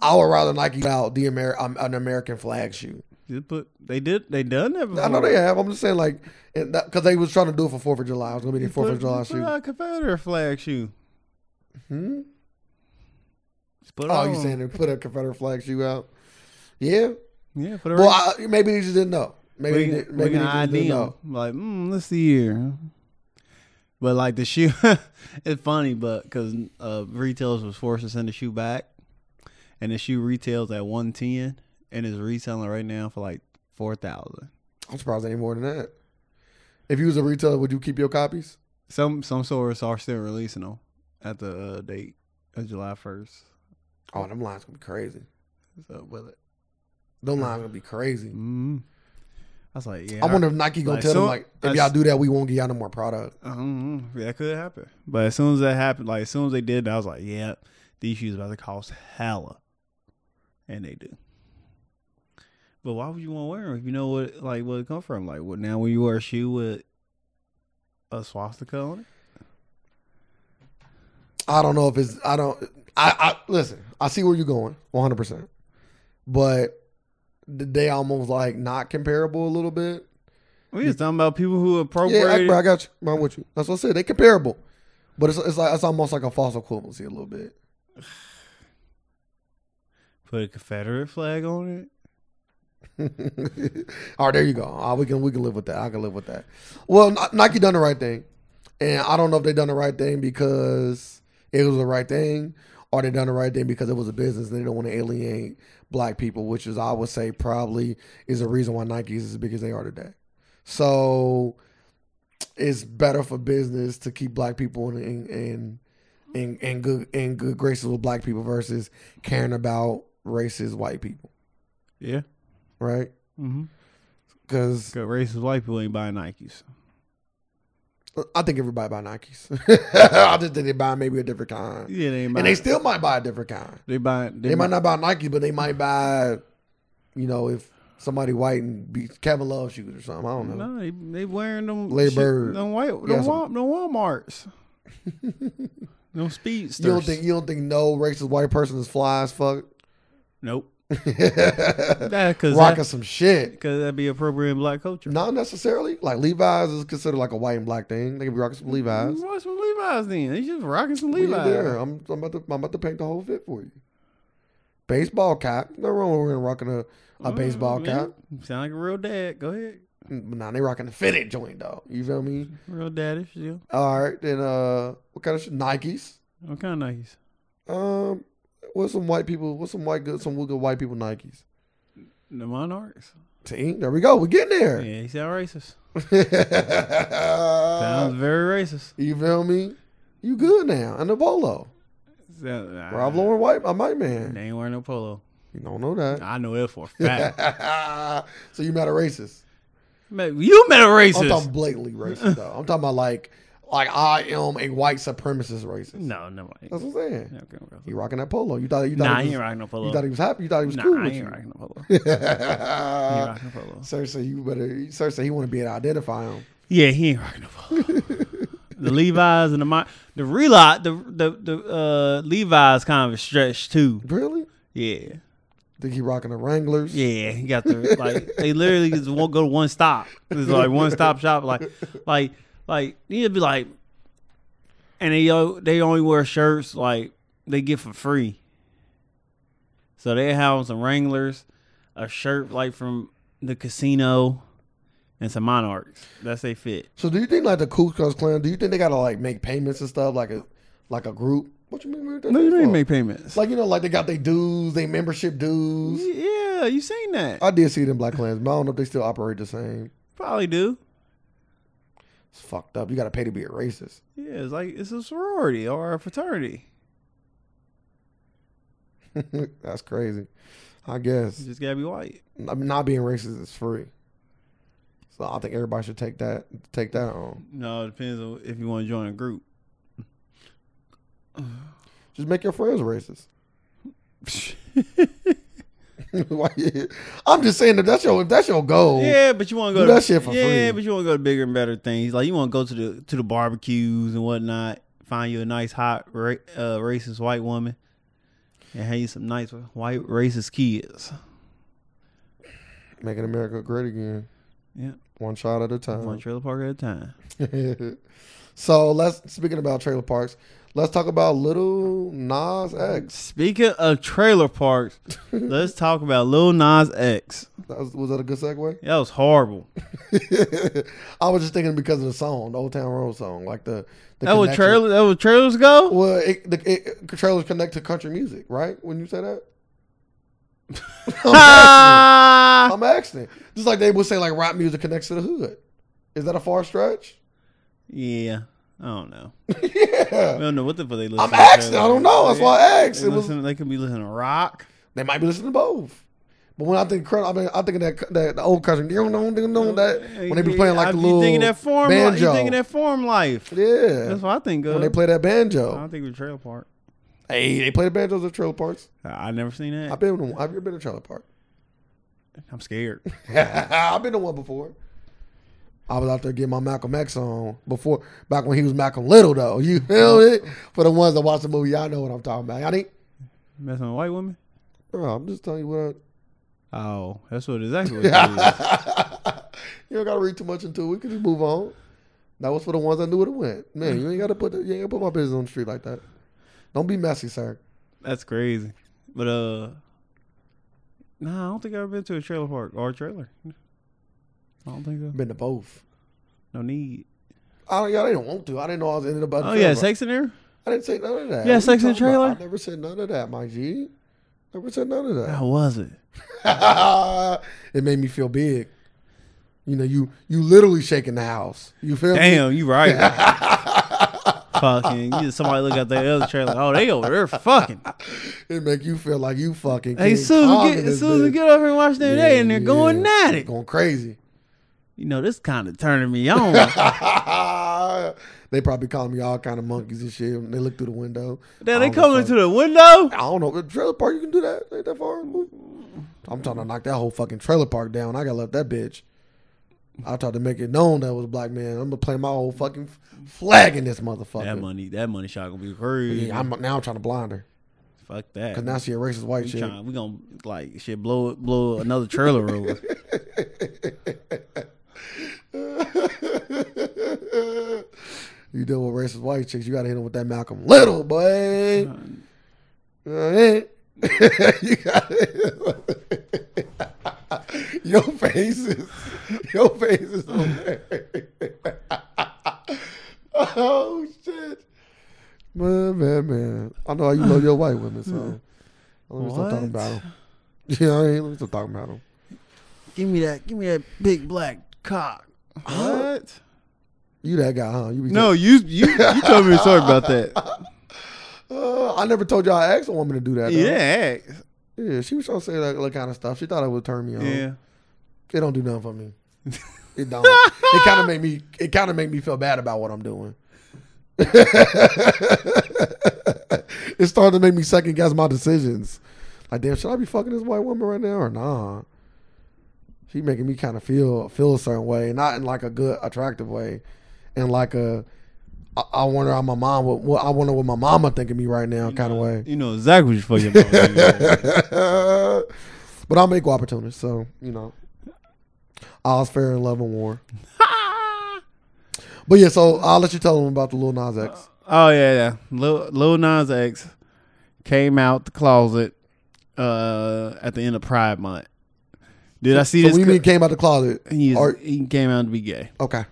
Speaker 2: I would rather Nike put out the Amer- um, an American flag shoe.
Speaker 1: Just put, they did, they done that before.
Speaker 2: I know they have. I'm just saying like because they was trying to do it for Fourth of July. It was gonna be their Fourth
Speaker 1: Put-
Speaker 2: of July
Speaker 1: put
Speaker 2: shoe.
Speaker 1: out a Confederate flag shoe.
Speaker 2: Hmm?
Speaker 1: Just put it
Speaker 2: Oh, you
Speaker 1: on.
Speaker 2: saying they put a Confederate flag shoe out? Yeah.
Speaker 1: Yeah, for the
Speaker 2: Well,
Speaker 1: well,
Speaker 2: I, maybe they just didn't know. Maybe
Speaker 1: we,
Speaker 2: they,
Speaker 1: can-
Speaker 2: didn't-
Speaker 1: we
Speaker 2: maybe
Speaker 1: can
Speaker 2: they just didn't
Speaker 1: ID them.
Speaker 2: know.
Speaker 1: Like, mm, let's see here. But like the shoe, [laughs] it's funny, but because uh, retailers was forced to send the shoe back, and the shoe retails at one ten, and is reselling right now for like four thousand.
Speaker 2: I'm surprised any more than that. If you was a retailer, would you keep your copies?
Speaker 1: Some some stores are still releasing them at the uh, date of July first.
Speaker 2: Oh, them lines gonna be crazy.
Speaker 1: So with it,
Speaker 2: Them lines gonna be crazy.
Speaker 1: mm. I was like, yeah,
Speaker 2: I wonder if Nike gonna
Speaker 1: Like,
Speaker 2: tell them
Speaker 1: so-
Speaker 2: like if
Speaker 1: that's-
Speaker 2: y'all do that, we won't give y'all no more product.
Speaker 1: I don't know. That could happen. But as soon as that happened, like as soon as they did, that, I was like, yeah, these shoes about to cost hella, and they do. But why would you want to wear them if you know what like what it come from? Like what now when you wear a shoe with a swastika on it?
Speaker 2: I don't know if it's I don't I, I listen, I see where you're going, one hundred percent. But th- they almost like not comparable a little bit.
Speaker 1: We just talking about people who
Speaker 2: Yeah, I,
Speaker 1: appropriated.
Speaker 2: bro, I got you. I'm with you. That's what I said. They comparable. But it's it's like it's almost like a false equivalency a little bit.
Speaker 1: Put a Confederate flag on it.
Speaker 2: [laughs] All right, there you go. Ah, we can we can live with that. I can live with that. Well, N- Nike done the right thing, and I don't know if they done the right thing because it was the right thing, or they done the right thing because it was a business and they don't want to alienate black people, which is I would say probably is the reason why Nike is as big as they are today. So it's better for business to keep black people in in in, in, in good in good graces with black people versus caring about racist white people,
Speaker 1: Yeah.
Speaker 2: right?
Speaker 1: Mm-hmm.
Speaker 2: Because
Speaker 1: Got racist white people ain't buying Nikes.
Speaker 2: I think everybody buy Nikes. [laughs] I just think they buy maybe a different kind,
Speaker 1: Yeah, they ain't buying.
Speaker 2: and they still might buy a different kind.
Speaker 1: they buying.
Speaker 2: They might not buy Nikes, but they might buy, you know, if somebody white and be Kevin Love shoes or something. I don't know.
Speaker 1: No, they, they wearing them.
Speaker 2: Larry
Speaker 1: shit-
Speaker 2: Oh. Bird.
Speaker 1: Them white. Them,
Speaker 2: Yeah, some-
Speaker 1: Wal- them
Speaker 2: [laughs]
Speaker 1: WalMarts. them speedsters.
Speaker 2: You don't think you don't think no racist white person is fly as fuck? [laughs]
Speaker 1: Nope.
Speaker 2: Rocking
Speaker 1: That because that,
Speaker 2: some shit.
Speaker 1: 'cause that'd be appropriate in black culture.
Speaker 2: Not necessarily. Like Levi's is considered like a white and black thing. They can be rocking some Levi's.
Speaker 1: Rock some Levi's then. They just rocking some
Speaker 2: We
Speaker 1: Mm, Levi's.
Speaker 2: there. I'm, I'm about to I'm about to paint the whole fit for you. Baseball cap. No wrong with rocking a, a baseball
Speaker 1: Mm,
Speaker 2: cap.
Speaker 1: yeah. Sound like a real dad. Go ahead.
Speaker 2: But now they rocking the fitted joint though. You feel me?
Speaker 1: Real daddish, yeah.
Speaker 2: All right, then uh, what kind of shit? Nikes?
Speaker 1: What kind of Nikes?
Speaker 2: Um, what's some white people? What's some white good? Some good white people Nikes.
Speaker 1: The Monarchs.
Speaker 2: See, there we go. We're getting
Speaker 1: Yeah,
Speaker 2: there.
Speaker 1: he sound racist.
Speaker 2: Uh,
Speaker 1: Sounds very racist.
Speaker 2: [laughs] you feel me? You good now? And the polo.
Speaker 1: Sound,
Speaker 2: Rob Lauren, white, a white
Speaker 1: uh,
Speaker 2: man.
Speaker 1: They ain't wearing no polo.
Speaker 2: You don't know that.
Speaker 1: I know it
Speaker 2: [laughs]
Speaker 1: for a fact.
Speaker 2: so you're not a racist.
Speaker 1: Man, you met a
Speaker 2: I'm
Speaker 1: racist.
Speaker 2: talking blatantly racist though. I'm talking about like, like I am a white supremacist racist.
Speaker 1: No, no. I ain't.
Speaker 2: That's what I'm saying.
Speaker 1: Yeah, okay, okay.
Speaker 2: You rocking that polo? You thought you thought
Speaker 1: Nah, I
Speaker 2: it was,
Speaker 1: ain't rocking no polo.
Speaker 2: You thought he was happy. You thought he was
Speaker 1: nah,
Speaker 2: cool
Speaker 1: I
Speaker 2: with
Speaker 1: ain't
Speaker 2: you.
Speaker 1: rocking no
Speaker 2: [laughs]
Speaker 1: polo. I ain't
Speaker 2: Cersei,
Speaker 1: rocking no polo.
Speaker 2: you better. Cersei, he want to be able to identify him.
Speaker 1: Yeah, he ain't rocking no polo.
Speaker 2: [laughs]
Speaker 1: the Levi's and the Mon- the Relot, the the the uh, Levi's kind of a stretch too.
Speaker 2: Really?
Speaker 1: Yeah,
Speaker 2: Think he rocking the Wranglers?
Speaker 1: yeah. He got the like they literally just won't go to one stop. It's like one stop shop. Like like like he'd be like, and they o- they only wear shirts like they get for free. So they have on some Wranglers, a shirt like from the casino, and some Monarchs. That's they fit.
Speaker 2: So do you think like the Ku Klux Klan? Do you think they gotta like make payments and stuff like a like a group? What you mean? what that for?
Speaker 1: payments.
Speaker 2: Like you know, like they got their dues, they membership dues.
Speaker 1: Yeah, you seen that?
Speaker 2: I did see them Black Klans, but I don't know if they still operate the same.
Speaker 1: Probably do.
Speaker 2: It's fucked up. You gotta pay to be a racist. [laughs]
Speaker 1: Yeah, it's like it's a sorority or a fraternity.
Speaker 2: That's crazy. I
Speaker 1: You
Speaker 2: guess
Speaker 1: just gotta be white.
Speaker 2: I mean, not being racist is free. So I think everybody should take that take that on.
Speaker 1: No, it depends on if you want to join a group.
Speaker 2: [laughs] Just make your friends racist. [laughs] Why you- I'm just saying if that's your if that's your goal.
Speaker 1: yeah, but you want to
Speaker 2: Do
Speaker 1: go to
Speaker 2: that shit for
Speaker 1: yeah,
Speaker 2: free.
Speaker 1: but you want to go to bigger and better things. Like you want to go to the to the barbecues and whatnot. Find you a nice hot ra- uh, racist white woman, and have you some nice white racist kids.
Speaker 2: Making America great again.
Speaker 1: Yeah,
Speaker 2: One shot at a
Speaker 1: one
Speaker 2: time. [laughs]
Speaker 1: trailer park at a time.
Speaker 2: so let's speaking about trailer parks, let's talk about little Nas X.
Speaker 1: Speaking of trailer
Speaker 2: [laughs]
Speaker 1: parks, let's talk about Lil Nas X.
Speaker 2: That was, was that a good segue? [laughs]
Speaker 1: That was horrible.
Speaker 2: I was just thinking because of the song, the Old Town Road song, like the, the
Speaker 1: That was
Speaker 2: connection-
Speaker 1: trailer. That was trailers go.
Speaker 2: Well, it, the it, trailers connect to country music, right? When you say that, [laughs]
Speaker 1: [laughs]
Speaker 2: I'm asking.
Speaker 1: Ah!
Speaker 2: I'm asking. Just like they would say, like rap music connects to the hood. Is that a far stretch?
Speaker 1: [laughs]
Speaker 2: [laughs]
Speaker 1: Yeah, I don't know. I
Speaker 2: yeah.
Speaker 1: don't know what the fuck they listen.
Speaker 2: I'm
Speaker 1: to
Speaker 2: asking. I
Speaker 1: trailers.
Speaker 2: don't know. That's why I asked.
Speaker 1: They,
Speaker 2: It was,
Speaker 1: listen- they could be listening to rock.
Speaker 2: they might be listening to both. But when I think credit, I mean, I think of that that the old country. You don't know, you know that when they be playing like
Speaker 1: I-
Speaker 2: the
Speaker 1: you
Speaker 2: little
Speaker 1: thinking that form. li-
Speaker 2: banjo.
Speaker 1: You thinking that form life?
Speaker 2: yeah,
Speaker 1: That's what I think of.
Speaker 2: when they play that
Speaker 1: I
Speaker 2: banjo.
Speaker 1: don't think of trailer park.
Speaker 2: Hey, they play the banjos at trailer parks.
Speaker 1: I, I never seen that.
Speaker 2: I've been to one. I've never been to a trailer park. [laughs]
Speaker 1: I'm scared. [laughs]
Speaker 2: I've been to one before. I was out there getting my Malcolm X on before, back when he was Malcolm Little, though. You feel it? For the ones that watch the movie, y'all know what I'm talking about. I think,
Speaker 1: Messing with white women.
Speaker 2: bro, I'm just telling you what.
Speaker 1: Oh, that's what exactly
Speaker 2: [laughs]
Speaker 1: what it [laughs] is.
Speaker 2: I, you don't gotta read too much into it. We can just move on. That was for the ones that knew where it went. Man, you ain't gotta put you ain't gotta put my business on the street like that. Don't be messy, sir.
Speaker 1: That's crazy. But uh, Nah, I don't think I've ever been to a trailer park or a trailer. I don't think so.
Speaker 2: Been to both.
Speaker 1: No need.
Speaker 2: I, I didn't want to. I didn't know I was in it about. the
Speaker 1: Oh yeah,
Speaker 2: trailer.
Speaker 1: sex in there.
Speaker 2: I didn't say none of that.
Speaker 1: Yeah,
Speaker 2: What
Speaker 1: sex
Speaker 2: you
Speaker 1: in the
Speaker 2: talking about?
Speaker 1: trailer?
Speaker 2: I never said none of that, my G. Never said none of that.
Speaker 1: How was it?
Speaker 2: [laughs] it made me feel big. You know, you you literally shaking the house. You feel me?
Speaker 1: Damn, you right. [laughs] fucking, you, somebody look at that other trailer. Oh, they over there fucking.
Speaker 2: It make you feel like you fucking.
Speaker 1: Hey,
Speaker 2: King
Speaker 1: soon
Speaker 2: Kong
Speaker 1: get
Speaker 2: in this
Speaker 1: soon
Speaker 2: bitch.
Speaker 1: get over and watch them day, and they're
Speaker 2: Yeah,
Speaker 1: going
Speaker 2: yeah.
Speaker 1: at it.
Speaker 2: going crazy. [laughs]
Speaker 1: You know, this kind of turning me on.
Speaker 2: they probably call me all kind of monkeys and shit. when They look through the window.
Speaker 1: Now
Speaker 2: I
Speaker 1: they
Speaker 2: don't give a
Speaker 1: coming
Speaker 2: fuck.
Speaker 1: to the window.
Speaker 2: I don't know. The trailer park, you can do that. Ain't that far? I'm trying to knock that whole fucking trailer park down. I got left that bitch. I tried to make it known that I was a black man. I'm gonna play my whole fucking flag in this motherfucker.
Speaker 1: That money, that money shot gonna be crazy.
Speaker 2: Yeah, I'm now I'm trying to blind her
Speaker 1: Fuck that.
Speaker 2: because now she a racist white
Speaker 1: we,
Speaker 2: chick. [laughs]
Speaker 1: tryna- we gonna like shit blow it, blow another trailer over.
Speaker 2: you deal with racist white chicks, you gotta hit them with that Malcolm Little boy. Alright. [laughs] you gotta [laughs] Your face is your face is hilarious. [laughs] Oh shit. Man, man, man. I know how you love your white women,
Speaker 1: [laughs]
Speaker 2: so let me stop talking
Speaker 1: What?
Speaker 2: about them. Yeah, I ain't let me stop talking about them.
Speaker 1: give me that. Give me that big black cock. What?
Speaker 2: You that guy, huh? You be
Speaker 1: No, you you you told me a story about that.
Speaker 2: Uh, I never told y'all I asked a woman to do that. though.
Speaker 1: Yeah.
Speaker 2: Yeah, she was trying to say that, that kind of stuff. She thought it would turn me on.
Speaker 1: Yeah.
Speaker 2: It don't do nothing for me. [laughs] It don't. it kind of make me. It kind of make me feel bad about what I'm doing. [laughs] it's starting to make me second guess my decisions. Like, damn, should I be fucking this white woman right now or nah? She making me kind of feel feel a certain way, not in like a good, attractive way, and like a. I, I wonder how my mom would. What, I wonder what my mama think of me right now, kind of way.
Speaker 1: You know exactly what you're fucking about.
Speaker 2: [laughs] but I'm an equal opportunist, so you know, all's fair in love and war. but yeah, so I'll let you tell them about the Lil Nas X.
Speaker 1: [laughs] Oh yeah, yeah. Lil, Lil Nas X came out the closet uh, at the end of Pride Month. Did I see
Speaker 2: So
Speaker 1: this?
Speaker 2: we
Speaker 1: co-
Speaker 2: mean came out the closet.
Speaker 1: He's,
Speaker 2: Or-
Speaker 1: he came out to be gay,
Speaker 2: okay,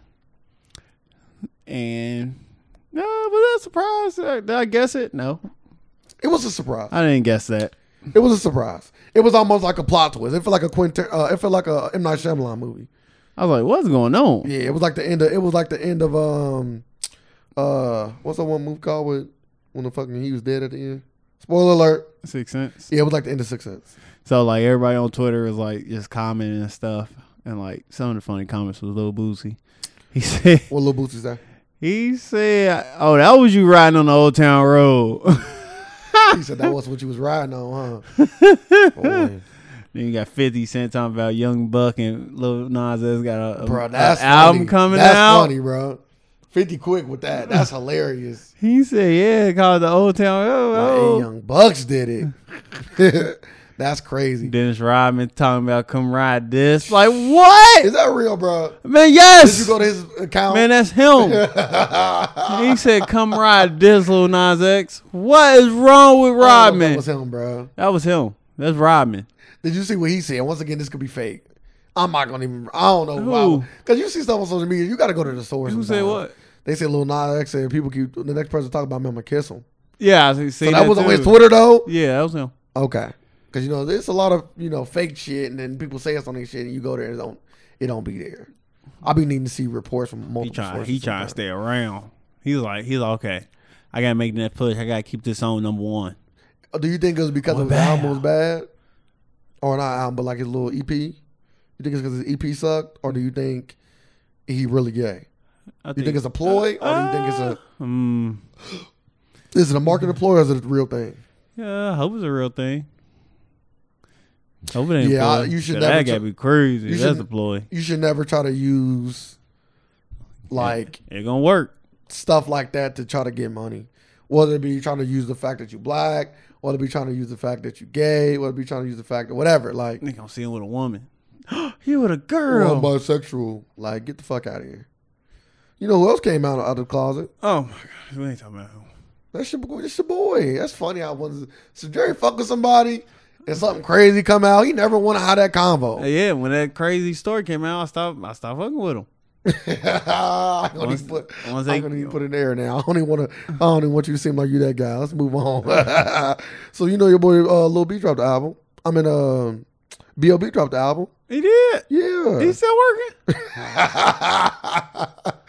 Speaker 1: and no, was that a surprise? Uh, Did I guess it? No,
Speaker 2: it was a surprise.
Speaker 1: I didn't guess that.
Speaker 2: It was a surprise. It was almost like a plot twist. It felt like a Quentin. Uh, it felt like a M Night Shyamalan movie.
Speaker 1: I was like, "What's going on?"
Speaker 2: Yeah, it was like the end of. It was like the end of um, uh, what's that one movie called with when the fucking he was dead at the end. Spoiler alert.
Speaker 1: Six Sense.
Speaker 2: Yeah, it was like the end of Six Sense.
Speaker 1: So like everybody on Twitter was like just commenting and stuff, and like some of the funny comments was Lil Boosie. He [laughs] said,
Speaker 2: What little boots is that?
Speaker 1: "He said, oh, that was you riding on the Old Town Road." [laughs]
Speaker 2: He said that was what you was riding on,
Speaker 1: [laughs]
Speaker 2: huh? Boy,
Speaker 1: Then you got 50 Cent talking about Young Buck and Lil Nas X got a, a-
Speaker 2: bro,
Speaker 1: a
Speaker 2: that's funny.
Speaker 1: album coming
Speaker 2: that's
Speaker 1: out.
Speaker 2: funny, bro. Fifty quick with that. That's hilarious.
Speaker 1: He said, "Yeah, called the Old Town Road." Oh.
Speaker 2: Like, hey, Young Bucks did it. [laughs] that's crazy.
Speaker 1: Dennis Rodman talking about come ride this.
Speaker 2: [laughs]
Speaker 1: Like what?
Speaker 2: Is that real, bro?
Speaker 1: man,
Speaker 2: Did you
Speaker 1: yes.
Speaker 2: go to his account? [laughs]
Speaker 1: Man, that's him. he said, "Come ride this, Lil Nas X." What is wrong with [laughs]
Speaker 2: Oh,
Speaker 1: Rodman?
Speaker 2: That was him, bro.
Speaker 1: him. That's Rodman.
Speaker 2: Did you see what he said? Once again, this could be fake. I'm not gonna even. I don't
Speaker 1: Who?
Speaker 2: know because you see stuff on social media, you got to go to the source.
Speaker 1: Who said
Speaker 2: sometimes.
Speaker 1: what?
Speaker 2: They said Lil Nas X said people keep the next person talking about me, I'm gonna kiss him.
Speaker 1: Yeah, I see. see
Speaker 2: So
Speaker 1: that
Speaker 2: that was on his
Speaker 1: too.
Speaker 2: Twitter though.
Speaker 1: Yeah, that was him.
Speaker 2: Okay. Cause you know, there's a lot of you know fake shit, and then people say something shit, and you go there and it don't it don't be there. I be needing to see reports from multiple
Speaker 1: He trying
Speaker 2: sources.
Speaker 1: he trying to
Speaker 2: sometimes.
Speaker 1: stay around. He's like he's like, okay. I gotta make that push. I gotta keep this on number one.
Speaker 2: Oh, Do you think it was because
Speaker 1: One
Speaker 2: of the
Speaker 1: bad
Speaker 2: album was bad, or not album, but like his little EP? You think it's because his EP sucked, or do you think he really gay?
Speaker 1: I
Speaker 2: You think it's a ploy, or do you think it's
Speaker 1: Uh,
Speaker 2: a
Speaker 1: mm,
Speaker 2: is it a marketing ploy, or is it a real thing?
Speaker 1: yeah, I hope it's a real thing. Hope it ain't
Speaker 2: Yeah,
Speaker 1: a
Speaker 2: I-
Speaker 1: ploy.
Speaker 2: you should
Speaker 1: Yeah,
Speaker 2: never
Speaker 1: That gotta
Speaker 2: tr-
Speaker 1: be crazy.
Speaker 2: you
Speaker 1: That's
Speaker 2: should-
Speaker 1: a ploy.
Speaker 2: You should never try to use like
Speaker 1: It gonna work.
Speaker 2: stuff like that to try to get money. Whether it be trying to use the fact that you black, whether it be trying to use the fact that you gay, whether it be trying to use the fact that whatever, like
Speaker 1: Nigga, I'm seeing with a woman. [gasps] he with a
Speaker 2: or
Speaker 1: girl.
Speaker 2: I'm bisexual, like get the fuck out of here. You know who else came out out of the closet?
Speaker 1: oh my god, we ain't talking about him.
Speaker 2: That's your boy. That's your boy. That's funny. I was so Jerry fuck with somebody, and something crazy come out. He never want to have that [laughs] convo.
Speaker 1: Yeah, when that crazy story came out, I stopped. I stopped fucking with him.
Speaker 2: I don't
Speaker 1: Once-
Speaker 2: even put.
Speaker 1: once
Speaker 2: I
Speaker 1: they-
Speaker 2: don't even put in there now. [laughs] I don't even want to. I don't even want you to seem like you that guy. Let's move on. [laughs] so you know your boy uh, Lil B dropped the album. I mean, uh, B.O.B. dropped the album.
Speaker 1: He did.
Speaker 2: Yeah,
Speaker 1: He's still working.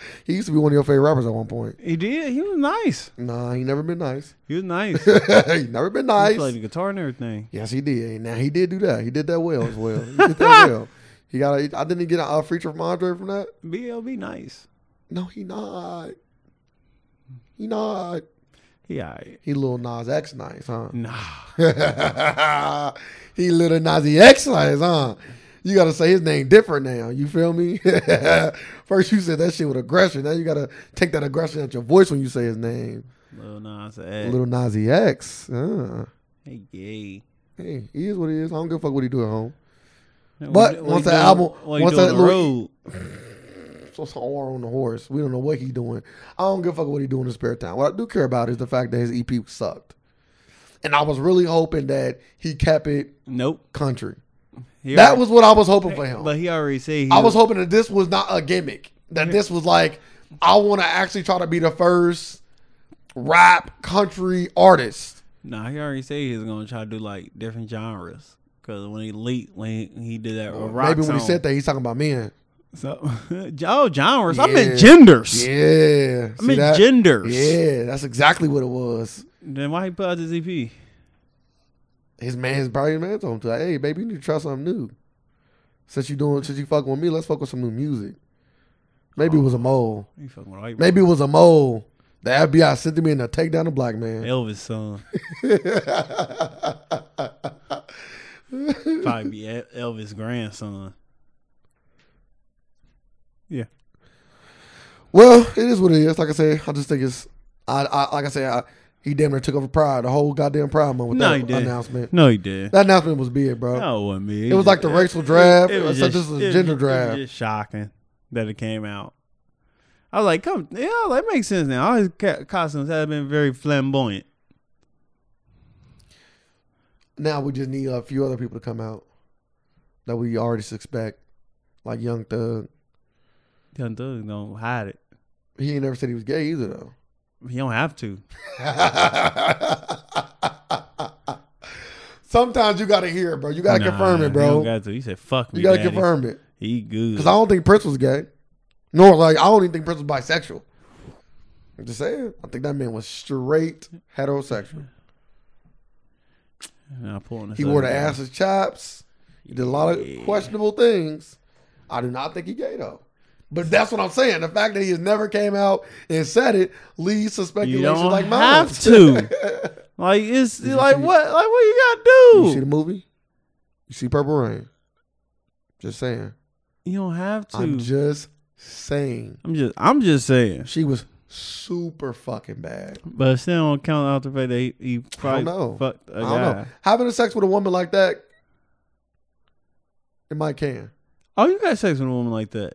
Speaker 2: [laughs] he used to be one of your favorite rappers at one point.
Speaker 1: He did. He was nice.
Speaker 2: Nah, he never been nice. [laughs]
Speaker 1: He was nice.
Speaker 2: he never been
Speaker 1: He
Speaker 2: nice.
Speaker 1: played the guitar and everything.
Speaker 2: Yes, he did. Now he did do that. He did that well as well. He did that well. He got. A, I didn't he get a, a feature from Andre from that.
Speaker 1: BLB nice.
Speaker 2: No, he not. He not.
Speaker 1: He alright.
Speaker 2: He little Nas X nice, huh?
Speaker 1: Nah.
Speaker 2: [laughs] he little Nazi X nice, huh? You gotta say his name different now. You feel me? [laughs] First you said that shit with aggression. Now you gotta take that aggression out your voice when you say his name.
Speaker 1: Little Nas X.
Speaker 2: Little Nazi X. Uh,
Speaker 1: Hey, gay.
Speaker 2: hey, he is what he is. I don't give a fuck what he do at home.
Speaker 1: What-
Speaker 2: But
Speaker 1: what
Speaker 2: once
Speaker 1: he
Speaker 2: the
Speaker 1: doing-
Speaker 2: album-
Speaker 1: what he
Speaker 2: once
Speaker 1: doing
Speaker 2: that
Speaker 1: on
Speaker 2: E
Speaker 1: the
Speaker 2: little-
Speaker 1: road,
Speaker 2: So it's R on the horse. We don't know what he doing. I don't give a fuck what he doing in his spare time. What I do care about is the fact that his EP sucked. And I was really hoping that he kept it
Speaker 1: nope.
Speaker 2: country.
Speaker 1: He
Speaker 2: That
Speaker 1: already-
Speaker 2: was what I was hoping for him.
Speaker 1: But he already said he
Speaker 2: I was hoping that this was not a gimmick. That this was like, I want to actually try to be the first rap country artist.
Speaker 1: Nah, he already said he was gonna try to do like different genres. Cause when he leaked, when he, he did that rock
Speaker 2: Maybe
Speaker 1: song.
Speaker 2: when he said that, he's talking about men.
Speaker 1: So, [laughs] oh, genres. I
Speaker 2: Yeah.
Speaker 1: meant genders.
Speaker 2: Yeah.
Speaker 1: I meant genders.
Speaker 2: Yeah, that's exactly what it was.
Speaker 1: Then why he put out this E EP?
Speaker 2: His man's probably his man told him to, like, hey, baby, you need to try something new. Since you doing, since you fucking with me, let's fuck with some new music. Maybe
Speaker 1: Oh.
Speaker 2: it was a mole.
Speaker 1: He fucking with white
Speaker 2: Maybe it was a mole. The FBI sent me in to take down a black man.
Speaker 1: Elvis son.
Speaker 2: [laughs]
Speaker 1: Probably be El- Elvis
Speaker 2: [laughs]
Speaker 1: grandson. Yeah.
Speaker 2: Well, it is what it is. Like I said, I just think it's. I, I like I said, I, he damn near took over Pride, the whole goddamn Pride month with
Speaker 1: No, he
Speaker 2: that
Speaker 1: didn't.
Speaker 2: announcement.
Speaker 1: No, he did.
Speaker 2: That announcement was big, bro.
Speaker 1: No, it wasn't me.
Speaker 2: It was like the racial draft.
Speaker 1: It was
Speaker 2: so
Speaker 1: just,
Speaker 2: this is
Speaker 1: it
Speaker 2: a
Speaker 1: was-
Speaker 2: gender
Speaker 1: it was
Speaker 2: draft.
Speaker 1: just shocking that it came out. I was like, come, yeah, that makes sense now. All his ca- costumes have been very flamboyant.
Speaker 2: now we just need a few other people to come out that we already suspect, like Young Thug.
Speaker 1: Young Thug don't hide it.
Speaker 2: He ain't never said he was gay either, though. [laughs]
Speaker 1: He don't have to.
Speaker 2: Sometimes you gotta hear it, bro. You gotta
Speaker 1: Nah,
Speaker 2: confirm it,
Speaker 1: He don't
Speaker 2: bro.
Speaker 1: got to. He said, fuck me.
Speaker 2: You gotta
Speaker 1: daddy.
Speaker 2: confirm it.
Speaker 1: He good.
Speaker 2: Because I don't think Prince was gay. Nor like I don't even think Prince was bisexual. I'm just saying. I think that man was straight heterosexual.
Speaker 1: And I'm pulling this
Speaker 2: He
Speaker 1: up
Speaker 2: wore the
Speaker 1: now.
Speaker 2: asses chaps. He did a lot of
Speaker 1: Yeah.
Speaker 2: questionable things. I do not think he gay though. But that's what I'm saying. The fact that he has never came out and said it leads to
Speaker 1: You
Speaker 2: speculation
Speaker 1: don't
Speaker 2: like mine. [laughs]
Speaker 1: have to. like it's
Speaker 2: you
Speaker 1: like
Speaker 2: see-
Speaker 1: what? Like what you gotta
Speaker 2: You
Speaker 1: do?
Speaker 2: see the movie? You see Purple Rain? Just saying.
Speaker 1: You don't have to.
Speaker 2: I'm just saying.
Speaker 1: I'm just, I'm just saying.
Speaker 2: She was super fucking bad.
Speaker 1: But still don't count out the fact that he, he probably
Speaker 2: know.
Speaker 1: fucked a
Speaker 2: I
Speaker 1: guy.
Speaker 2: don't know. Having sex with a woman like that, it might can.
Speaker 1: Oh, you got sex with a woman like that?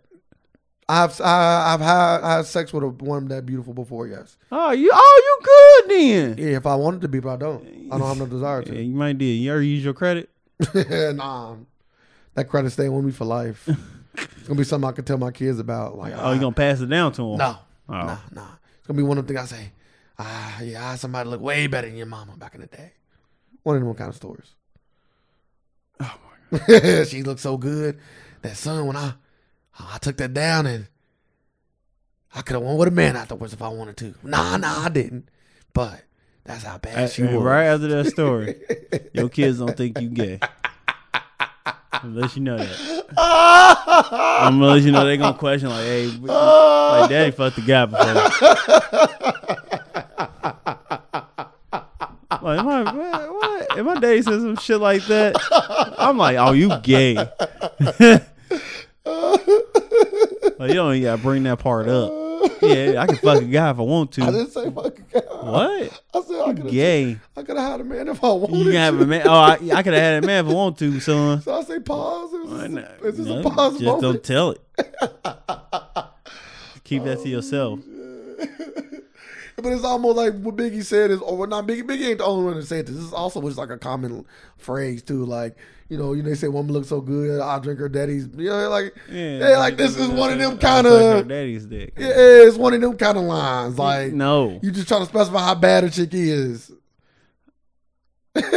Speaker 2: I've I, I've had I had sex with a woman that beautiful before. Yes.
Speaker 1: Oh, you, oh, you good then?
Speaker 2: Yeah. If I wanted to be, but I don't. I don't have no desire
Speaker 1: [laughs] Yeah, you might did. You already used your credit.
Speaker 2: to. [laughs] nah. That credit staying with me for life.
Speaker 1: [laughs]
Speaker 2: It's gonna be something I can tell my kids about. Like,
Speaker 1: Oh, you gonna pass it down to him?
Speaker 2: no,
Speaker 1: Oh.
Speaker 2: no, no. It's gonna be one of the things I say. Ah, yeah, somebody look way better than your mama back in the day. One of them kind of stories.
Speaker 1: Oh
Speaker 2: [laughs] she looked so good. That son, when I I took that down and I could have won with a man afterwards if I wanted to. Nah, nah, I didn't. But that's how bad
Speaker 1: And-
Speaker 2: she
Speaker 1: and
Speaker 2: was. [laughs]
Speaker 1: right after that story, your kids don't think you gay. Unless you know that. I'm gonna let you know they gonna question like, hey, like daddy fucked the guy before. like, am I, what, what? If my daddy says some shit like that, I'm like, oh, you gay. like, you don't even gotta bring that part up. Yeah, I can fuck a guy if I want
Speaker 2: I
Speaker 1: to.
Speaker 2: didn't say fucking God.
Speaker 1: What?
Speaker 2: I said I could have
Speaker 1: Gay.
Speaker 2: I could have had a man if I wanted
Speaker 1: You can have
Speaker 2: to.
Speaker 1: a man. Oh, I, I could have had a man if I want to, son.
Speaker 2: So I say pause. Is this,
Speaker 1: No,
Speaker 2: is this
Speaker 1: no,
Speaker 2: a pause
Speaker 1: Just
Speaker 2: moment?
Speaker 1: don't
Speaker 2: [laughs]
Speaker 1: tell it. Keep that to yourself.
Speaker 2: [laughs] But it's almost like what Biggie said is, or not Biggie. Biggie ain't the only one that said this. This is also just like a common phrase too. Like you know, you know, they say woman looks so good, I drink her daddy's. You know, like yeah, like this is one of them kind
Speaker 1: Suck her
Speaker 2: of.
Speaker 1: daddy's dick.
Speaker 2: Yeah, it's one of them kind of lines. Like
Speaker 1: No.
Speaker 2: you just trying to specify how bad a chick is.
Speaker 1: Nah.
Speaker 2: [laughs]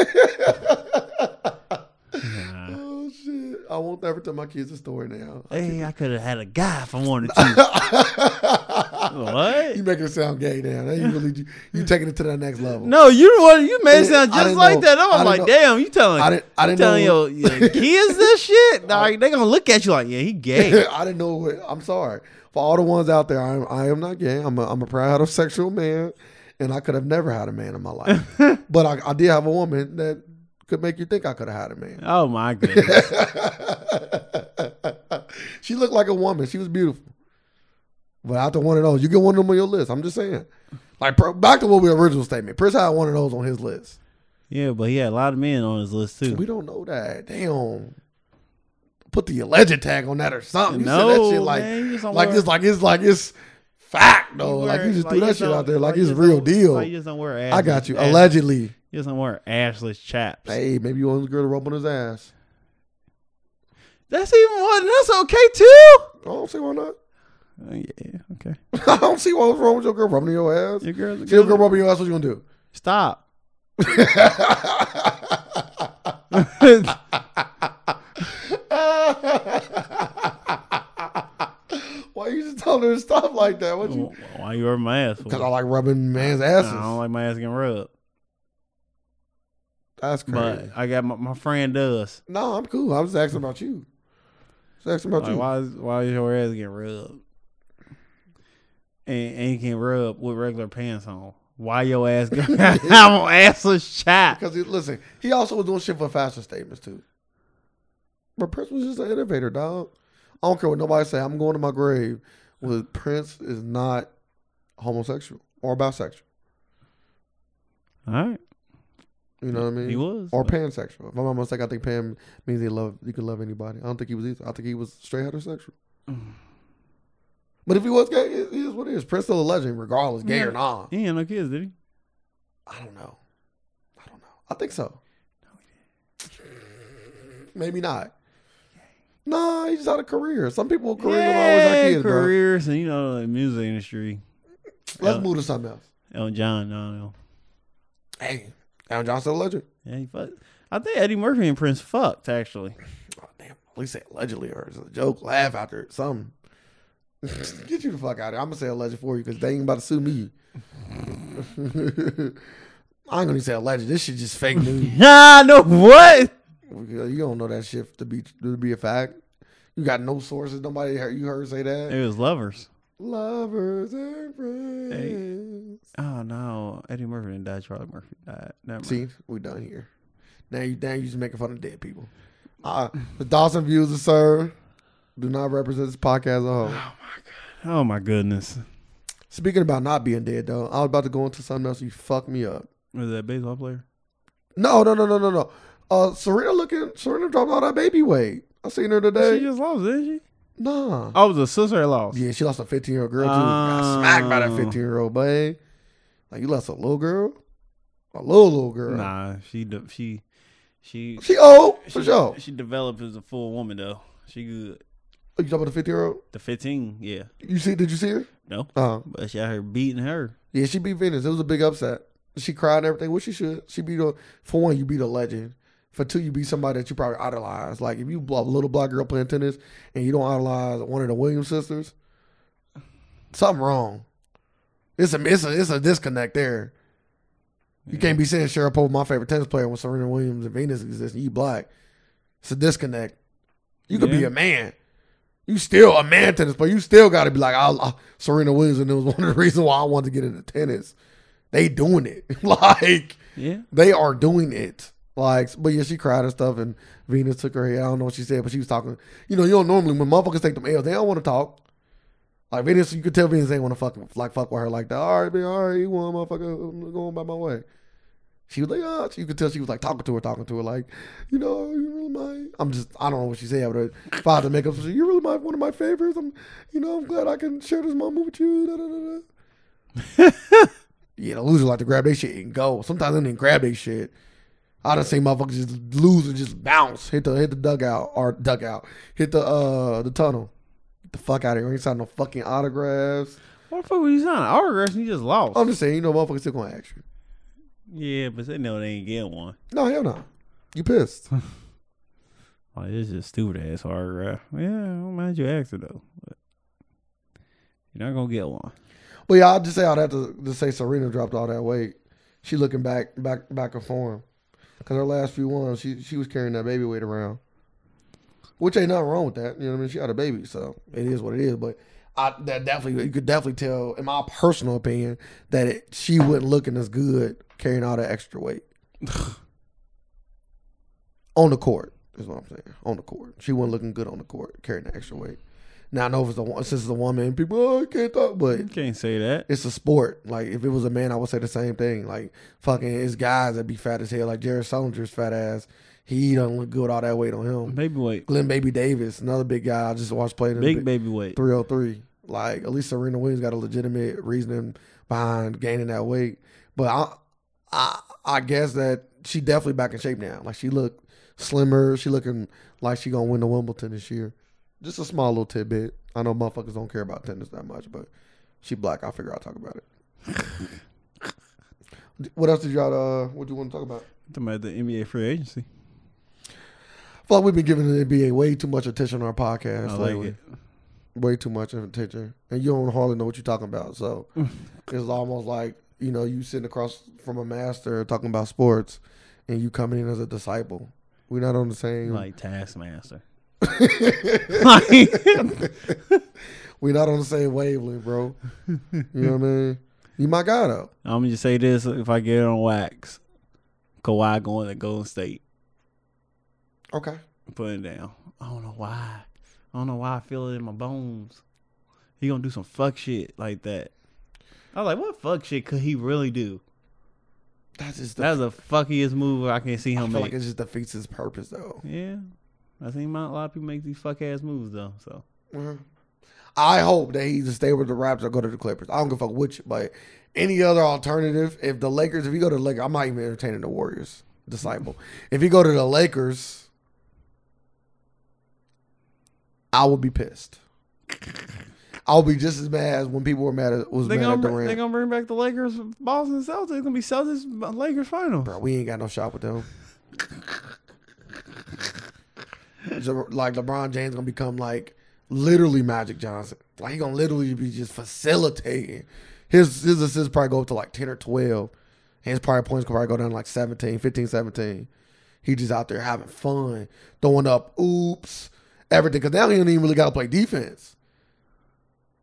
Speaker 2: Oh shit! I won't ever tell my kids a story
Speaker 1: [laughs]
Speaker 2: now.
Speaker 1: Hey, I could have had a guy if I wanted
Speaker 2: [laughs]
Speaker 1: to. what?
Speaker 2: You making it sound gay now. Now you really you, you taking it to that next level.
Speaker 1: No, you the one- you made it sound
Speaker 2: I
Speaker 1: just
Speaker 2: didn't
Speaker 1: like
Speaker 2: know-
Speaker 1: that. I'm
Speaker 2: I didn't
Speaker 1: like,
Speaker 2: know-
Speaker 1: damn, you telling
Speaker 2: I didn't. I
Speaker 1: you
Speaker 2: didn't
Speaker 1: telling
Speaker 2: know.
Speaker 1: your,
Speaker 2: [laughs]
Speaker 1: your kids this shit? Like, they gonna look at you like, yeah, he
Speaker 2: [laughs]
Speaker 1: gay.
Speaker 2: I didn't know. What, I'm sorry for all the ones out there. I am. I am not gay. I'm a. I'm a proud heterosexual man, and I could have never had a man in
Speaker 1: [laughs]
Speaker 2: my life. but I, I did have a woman that could make you think I could have had a man.
Speaker 1: oh my
Speaker 2: [laughs]
Speaker 1: goodness.
Speaker 2: she looked like a woman. She was beautiful. But after one of those, you get one of them on your list. I'm just saying. Like pro- back to what we original statement. Prince had one of those on his list.
Speaker 1: yeah, but he had a lot of men on his list too.
Speaker 2: We don't know that. Damn. Put the alleged tag on that or something. You
Speaker 1: no,
Speaker 2: said that shit like
Speaker 1: man, you just don't
Speaker 2: like
Speaker 1: wear-
Speaker 2: it's like it's like it's fact though.
Speaker 1: wear-
Speaker 2: like you just threw that
Speaker 1: just
Speaker 2: shit
Speaker 1: don't-
Speaker 2: out there like, it's
Speaker 1: just
Speaker 2: real
Speaker 1: don't-
Speaker 2: deal.
Speaker 1: Like you just don't wear ass.
Speaker 2: I got you.
Speaker 1: ass-
Speaker 2: Allegedly.
Speaker 1: You just don't wear assless chaps.
Speaker 2: Hey, maybe you want this girl to rub on his ass.
Speaker 1: That's even more. That's okay too.
Speaker 2: I don't see why not. [laughs]
Speaker 1: Uh, yeah. Okay.
Speaker 2: I don't see what's wrong with your girl rubbing your ass.
Speaker 1: Your girl's a
Speaker 2: She your
Speaker 1: good.
Speaker 2: girl rubbing your ass, what you gonna do? [laughs]
Speaker 1: Stop.
Speaker 2: Why you just telling her to stop like that? What you?
Speaker 1: Why you rubbing my ass? For?
Speaker 2: Because I like rubbing man's
Speaker 1: Oh, I
Speaker 2: asses.
Speaker 1: don't like my ass getting rubbed,
Speaker 2: That's crazy.
Speaker 1: but I got my, my friend does.
Speaker 2: no, I'm cool. I was asking about you. I was asking about
Speaker 1: Like,
Speaker 2: you.
Speaker 1: why is why is your ass getting rubbed? And and you can rub with regular pants on. Why your ass?
Speaker 2: [laughs]
Speaker 1: Go- [laughs] I'm on assless chap.
Speaker 2: Because he, listen, he also was doing shit for fashion statements too. But Prince was just an innovator, dog. I don't care what nobody say. I'm going to my grave with Prince is not homosexual or bisexual.
Speaker 1: All right,
Speaker 2: You know what I mean?
Speaker 1: he was.
Speaker 2: or pansexual. If I'm not mistaken, I think pan means they love you can love anybody. I don't think he was either. I think he was straight heterosexual.
Speaker 1: Mm.
Speaker 2: But if he was gay, it is what it is. Prince still a legend, regardless, gay or
Speaker 1: Yeah.
Speaker 2: not.
Speaker 1: he ain't had no kids, did he?
Speaker 2: I don't know. I don't know. I think so. Maybe not. Nah, he just had a career. Some people careers are always
Speaker 1: Yeah,
Speaker 2: our kids, bro.
Speaker 1: careers and you know the music industry.
Speaker 2: Let's
Speaker 1: Yeah.
Speaker 2: move to something else.
Speaker 1: Elton Oh, John, no, no.
Speaker 2: Hey, Alan Johnson a legend.
Speaker 1: Yeah, he fucked. I think Eddie Murphy and Prince fucked actually.
Speaker 2: Oh, damn. At least say allegedly or it's a joke, laugh after it, something. [laughs] Get you the fuck out of here. I'm gonna say alleged for you because they ain't about to sue me. [laughs] I ain't gonna say alleged. This shit just fake
Speaker 1: [laughs]
Speaker 2: news.
Speaker 1: Nah, no what?
Speaker 2: you don't know that shit to be to be a fact. You got no sources. Nobody heard you heard say that.
Speaker 1: It was lovers.
Speaker 2: Lovers and friends.
Speaker 1: Oh no, Eddie Murphy didn't die. Charlie Murphy died. Never mind.
Speaker 2: See, we done here. Now you now you just making fun of dead people. Uh, the Dawson views of sir do not represent this podcast as a whole.
Speaker 1: Oh my goodness,
Speaker 2: Speaking about not being dead, though, I was about to go into something else. You fucked me up.
Speaker 1: was that a baseball player?
Speaker 2: No, no, no, no, no, no. Uh, Serena looking. Serena dropped all that baby weight. I seen her
Speaker 1: She
Speaker 2: today.
Speaker 1: just lost, didn't she?
Speaker 2: Nah.
Speaker 1: Oh, it was a sister that lost.
Speaker 2: Yeah, she lost a 15 year old girl too. Got smacked by that
Speaker 1: Oh.
Speaker 2: 15 year old babe. Like you lost a little girl, a little little girl.
Speaker 1: Nah, she de- she she
Speaker 2: She old for
Speaker 1: she,
Speaker 2: sure.
Speaker 1: she developed as a full woman though. She good.
Speaker 2: Oh, you talking about the 15 year old?
Speaker 1: The fifteen, yeah,
Speaker 2: You see? Did you see her?
Speaker 1: no,
Speaker 2: Uh,
Speaker 1: but she out here beating her.
Speaker 2: yeah, she beat Venus. It was a big upset. She cried and everything, which she should. She beat a for one, you beat a legend. For two, you beat somebody that you probably idolize. Like if you blo- a little black girl playing tennis and you don't idolize one of the Williams sisters, something wrong. It's a it's a it's a disconnect there. You can't be saying Cheryl Pope my favorite tennis player when Serena Williams and Venus exist and you black. It's a disconnect. You could be
Speaker 1: Yeah.
Speaker 2: a man. You still a man tennis player. You still got to be like I, I, Serena Williams, and it was [laughs] one of the reasons why I wanted to get into tennis. They doing it [laughs] like
Speaker 1: Yeah,
Speaker 2: they are doing it. Like, but yeah, she cried and stuff, and Venus took her head. I don't know what she said, but she was talking. You know, you don't normally when motherfuckers take them L's, they don't want to talk. Like Venus, you could tell Venus ain't want to fucking like fuck with her like that. All right, man, all right, you want motherfucker? I'm going by my way. She was like, ah, you could tell she was like talking to her, talking to her, like, you know, you really my. I'm just, I don't know what she said, but her father make up. You're really my one of my favorites. I'm, you know, I'm glad I can share this moment with you. Da, da, da, da. Yeah, the losers like to grab their shit and go. Sometimes they didn't grab their shit. I done seen motherfuckers just lose and just bounce, hit the hit the dugout or dugout, hit the uh the tunnel. Get the fuck out of here! We ain't signing no fucking autographs.
Speaker 1: What the fuck were you signing? Autographs and you just lost.
Speaker 2: I'm just saying, you know, motherfuckers still gonna ask you.
Speaker 1: Yeah, but they know they ain't getting one.
Speaker 2: No, hell no. You pissed.
Speaker 1: Like this is stupid ass autograph. Yeah, I don't mind you asking though. But you're not gonna get one.
Speaker 2: Well, yeah, I'll just say I'd have to, to say Serena dropped all that weight. She looking back, back, back of form, because her last few ones, she she was carrying that baby weight around, which ain't nothing wrong with that. You know what I mean? She had a baby, so it is what it is. But I that definitely you could definitely tell, in my personal opinion, that it, she wasn't looking as good carrying all that extra weight [sighs] on the court. Is what I'm saying. On the court, she wasn't looking good on the court carrying the extra weight. Now I know if it's a wo- since it's a woman, people oh, I can't talk, but
Speaker 1: You can't say that.
Speaker 2: it's a sport. Like if it was a man, I would say the same thing. Like fucking, it's guys that be fat as hell. Like Jared Solinger's fat ass. He don't look good all that weight on him.
Speaker 1: Baby weight.
Speaker 2: Glenn Baby Davis, another big guy I just watched play in
Speaker 1: Big baby weight.
Speaker 2: 303. Like at least Serena Williams got a legitimate reasoning behind gaining that weight. But I, I, I guess that she definitely back in shape now. Like she look slimmer. She looking like she gonna win the Wimbledon this year. Just a small little tidbit. I know motherfuckers don't care about tennis that much, but she black. I figure I'll
Speaker 1: [laughs]
Speaker 2: talk about it. what else did y'all? Uh, what do you want to talk about?
Speaker 1: Talking about the NBA free agency.
Speaker 2: I feel like we've been giving the NBA way too much attention on our podcast.
Speaker 1: I
Speaker 2: lately.
Speaker 1: like it.
Speaker 2: way too much attention, and you don't hardly know what you're talking about. So it's almost like you know you sitting across from a master talking about sports, and you coming in as a disciple. We're not on the same.
Speaker 1: Like Taskmaster. Like- [laughs]
Speaker 2: We're not on the same wavelength, bro. You know what I mean? You my guy though.
Speaker 1: I'm gonna just say this if I get it on wax. Kawhi going to Golden State.
Speaker 2: Okay.
Speaker 1: Putting it down. I don't know why. I don't know why I feel it in my bones. He gonna do some fuck shit like that. I was like, what fuck shit could he really do?
Speaker 2: That's just the,
Speaker 1: That's the fuckiest move I can see
Speaker 2: I
Speaker 1: him
Speaker 2: feel
Speaker 1: make.
Speaker 2: like it just defeats his purpose though.
Speaker 1: Yeah. I seen my, a lot of people make these fuck ass moves though. So
Speaker 2: Uh-huh. I hope that he either stay with the Raptors or go to the Clippers. I don't give a fuck which, but any other alternative, if the Lakers, if you go to the Lakers, I'm not even entertaining the Warriors disciple. if you go to the Lakers, I would be pissed. I would be just as mad as when people were mad at was
Speaker 1: they
Speaker 2: mad
Speaker 1: gonna
Speaker 2: at
Speaker 1: br-
Speaker 2: Durant.
Speaker 1: they gonna bring back the Lakers, Boston Celtics. It's gonna be Celtics Lakers final.
Speaker 2: Bro, we ain't got no shot with them. [laughs] So, like LeBron James gonna become like literally Magic Johnson. Like he gonna literally be just facilitating. His his assists probably go up to like ten or twelve. His probably points could probably go down to like 17, 15, 17. He just out there having fun, throwing up oops, everything. Cause now he don't even really gotta play defense.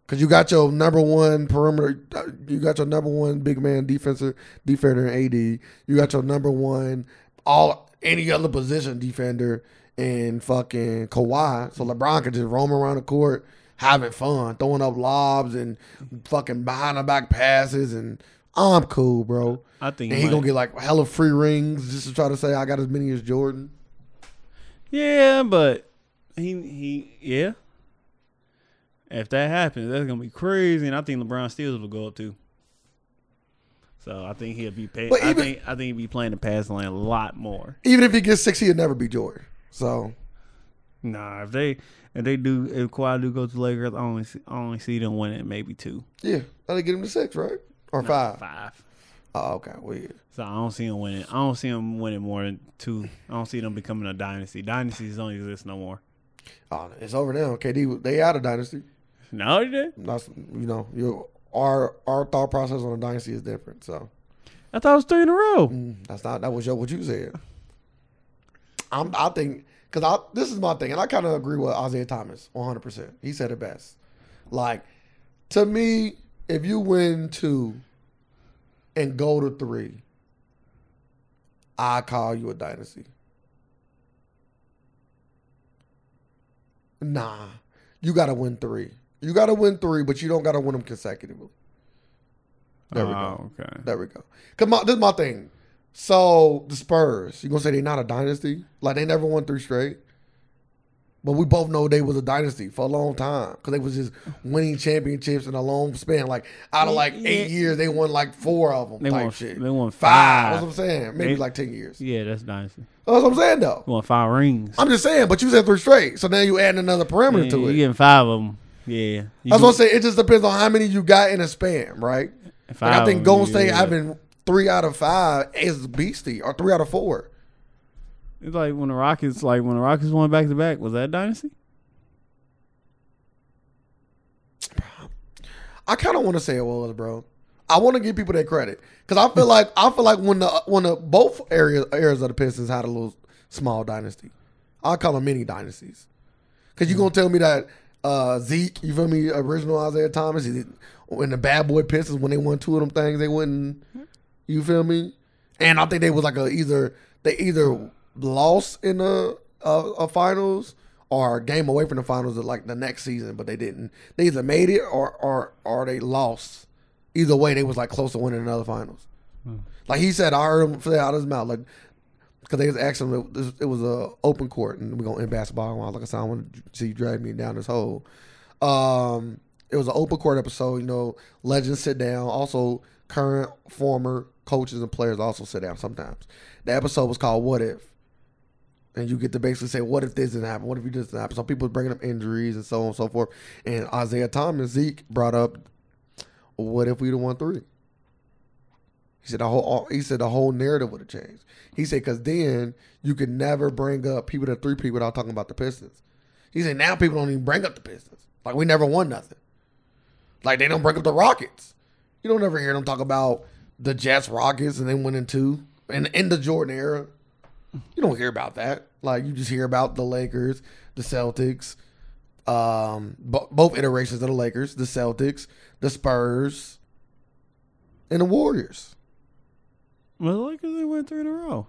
Speaker 2: Cause you got your number one perimeter, you got your number one big man defender, defender in AD. You got your number one all any other position defender in fucking Kawhi. So LeBron can just roam around the court having fun, throwing up lobs and fucking behind the back passes, and I'm cool, bro.
Speaker 1: I think
Speaker 2: And
Speaker 1: he
Speaker 2: he gonna
Speaker 1: might-
Speaker 2: get like hella free rings just to try to say I got as many as Jordan.
Speaker 1: Yeah, but he he yeah. If that happens, that's gonna be crazy, and I think LeBron Steals will go up too. So I think he'll be pay-
Speaker 2: But
Speaker 1: I
Speaker 2: even-
Speaker 1: think I think he'll be playing the passing lane a lot more.
Speaker 2: Even if he gets six, he'll never be Jordan. So
Speaker 1: Nah, if they if they do if Kawhi do go to the Lakers, I only see, I only see them winning maybe two
Speaker 2: yeah, that'll get him to six, right? Or five.
Speaker 1: five.
Speaker 2: Oh, okay. Well, yeah.
Speaker 1: So I don't see him winning. I don't see him winning more than two. I don't see them becoming a dynasty. Dynasties don't exist no more.
Speaker 2: Oh, it's over now. KD, they out of dynasty.
Speaker 1: No, they did.
Speaker 2: That's you know, your our our thought process on a dynasty is different. So
Speaker 1: I thought it was three in a row.
Speaker 2: mm, that's not that was your, what you said. I'm I think because I this is my thing, and I kind of agree with Isaiah Thomas 100. percent He said it best. Like to me, if you win two and go to three, I call you a dynasty. Nah, you got to win three. You got to win three, but you don't got to win them consecutively. There we go.
Speaker 1: Oh, okay.
Speaker 2: There we go. Come on, this is my thing. So the Spurs, you gonna say they're not a dynasty? Like they never won three straight, But we both know they was a dynasty for a long time because they was just winning championships in a long span. Like out of like eight years, they won like four of them.
Speaker 1: They
Speaker 2: type
Speaker 1: won-
Speaker 2: shit.
Speaker 1: they won
Speaker 2: That's
Speaker 1: five.
Speaker 2: what I'm saying. Maybe
Speaker 1: They-
Speaker 2: like ten years.
Speaker 1: Yeah, that's dynasty.
Speaker 2: That's what I'm saying though.
Speaker 1: You want five rings?
Speaker 2: I'm just saying. But you said three straight, so now you adding another parameter
Speaker 1: Yeah,
Speaker 2: to
Speaker 1: you
Speaker 2: it.
Speaker 1: getting five of them. Yeah, you
Speaker 2: That's what I'm saying. It just depends on how many you got in a span, right?
Speaker 1: get five
Speaker 2: Like I think
Speaker 1: of 'em,
Speaker 2: Golden State
Speaker 1: yeah.
Speaker 2: having three out of five is beastie, or three out of four.
Speaker 1: It's like when the Rockets, like when the Rockets won back to back. Was that dynasty?
Speaker 2: I kind of want to say it was, bro. I want to give people that credit because I feel like I feel like when the when the both areas areas of the Pistons had a little small dynasty. I call them mini dynasties because you gonna tell me that uh, Zeke, you feel me, original Isaiah Thomas, he- when the bad boy Pistons when they won two of them things, they wouldn't. You feel me? And I think they was like a either they either lost in the uh, uh, finals or a game away from the finals of like the next season, but they didn't. They either made it or or or they lost. Either way, they was like close to winning another finals. Like he said, I heard him say out of his mouth like. Cause they was asking him, it was- it was a open court, and we gonna end basketball. And I was like, I said, I want to see you drag me down this hole. Um, it was an open court episode. You know, legends sit down. Also, current, former coaches and players also sit down sometimes. The episode was called "What If," and you get to basically say, "What if this didn't happen? What if you this didn't happen?" So people bringing up injuries and so on and so forth. And Isaiah Thomas, Zeke brought up, "What if we'd have won three? He said the whole he said the whole narrative would have changed. He said because then you could never bring up people that three people without talking about the Pistons. He said now people don't even bring up the Pistons. Like we never won nothing. Like they don't bring up the Rockets. You don't ever hear them talk about the Jets Rockets and they winning two and in the Jordan era. You don't hear about that. Like you just hear about the Lakers, the Celtics, um, bo- both iterations of the Lakers, the Celtics, the Spurs, and the Warriors.
Speaker 1: Well, the Lakers they went three in a row.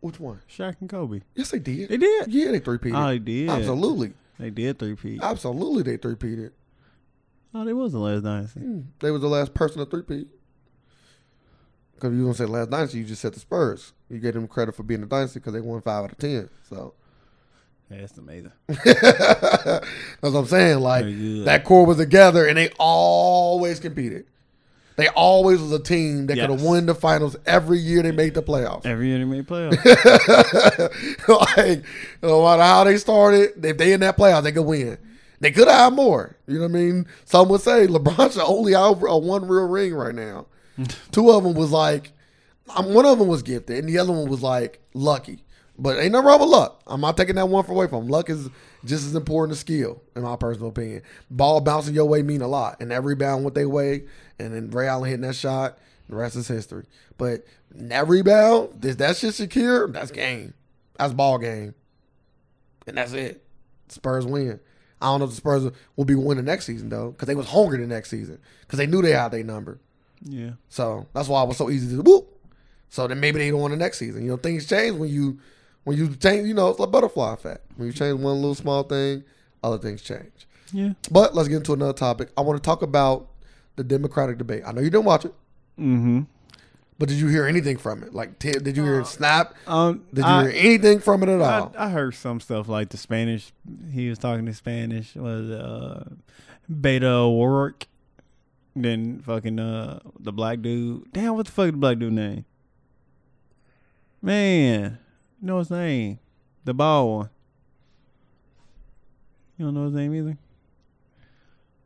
Speaker 2: Which one?
Speaker 1: Shaq and Kobe.
Speaker 2: Yes, they did.
Speaker 1: They did.
Speaker 2: yeah, they three peated.
Speaker 1: Oh, they did.
Speaker 2: Absolutely,
Speaker 1: They did three P.
Speaker 2: absolutely, they three peated.
Speaker 1: Oh, they was the last dynasty.
Speaker 2: They was the last person to three peat. Because you gonna say last dynasty, you just said the Spurs. You gave them credit for being a dynasty because they won five out of ten. So
Speaker 1: Yeah, that's amazing.
Speaker 2: that's what I'm saying. Like
Speaker 1: They're good.
Speaker 2: that core was together, and they always competed. They always was a team that could have
Speaker 1: Yes.
Speaker 2: won the finals every year they made the playoffs.
Speaker 1: Every year they made playoffs.
Speaker 2: [laughs] like no matter how they started, if they in that playoff, they could win. They could have had more. You know what I mean? Some would say LeBron should only have a one real ring right now. Two of them was like, um, one of them was gifted, and the other one was like lucky. But ain't nothing wrong with luck. I'm not taking that one away from him. Luck is just as important as skill, in my personal opinion. Ball bouncing your way mean a lot, and that rebound went their way, and then Ray Allen hitting that shot. The rest is history. But that rebound, is that shit secure? That's game. That's ball game. And that's it. Spurs win. I don't know if the Spurs will be winning next season though, because they was hungry the next season, because they knew they had their number.
Speaker 1: yeah.
Speaker 2: So that's why it was so easy to whoop. So then maybe they don't want the next season. You know, things change when you when you change. You know, it's like butterfly effect. When you change one little small thing, other things change.
Speaker 1: Yeah.
Speaker 2: But let's get into another topic. I want to talk about the Democratic debate. I know you didn't watch it,
Speaker 1: Mm-hmm.
Speaker 2: but did you hear anything from it? Like, t- did you hear it snap?
Speaker 1: Um,
Speaker 2: Did you
Speaker 1: I-
Speaker 2: hear anything from it at all?
Speaker 1: I, I heard some stuff like the Spanish. He was talking in Spanish. Was uh, Beta Warwick? Then fucking uh, the black dude. Damn, what the fuck? The black dude name? Man, you know his name? The bald one. You don't know his name either.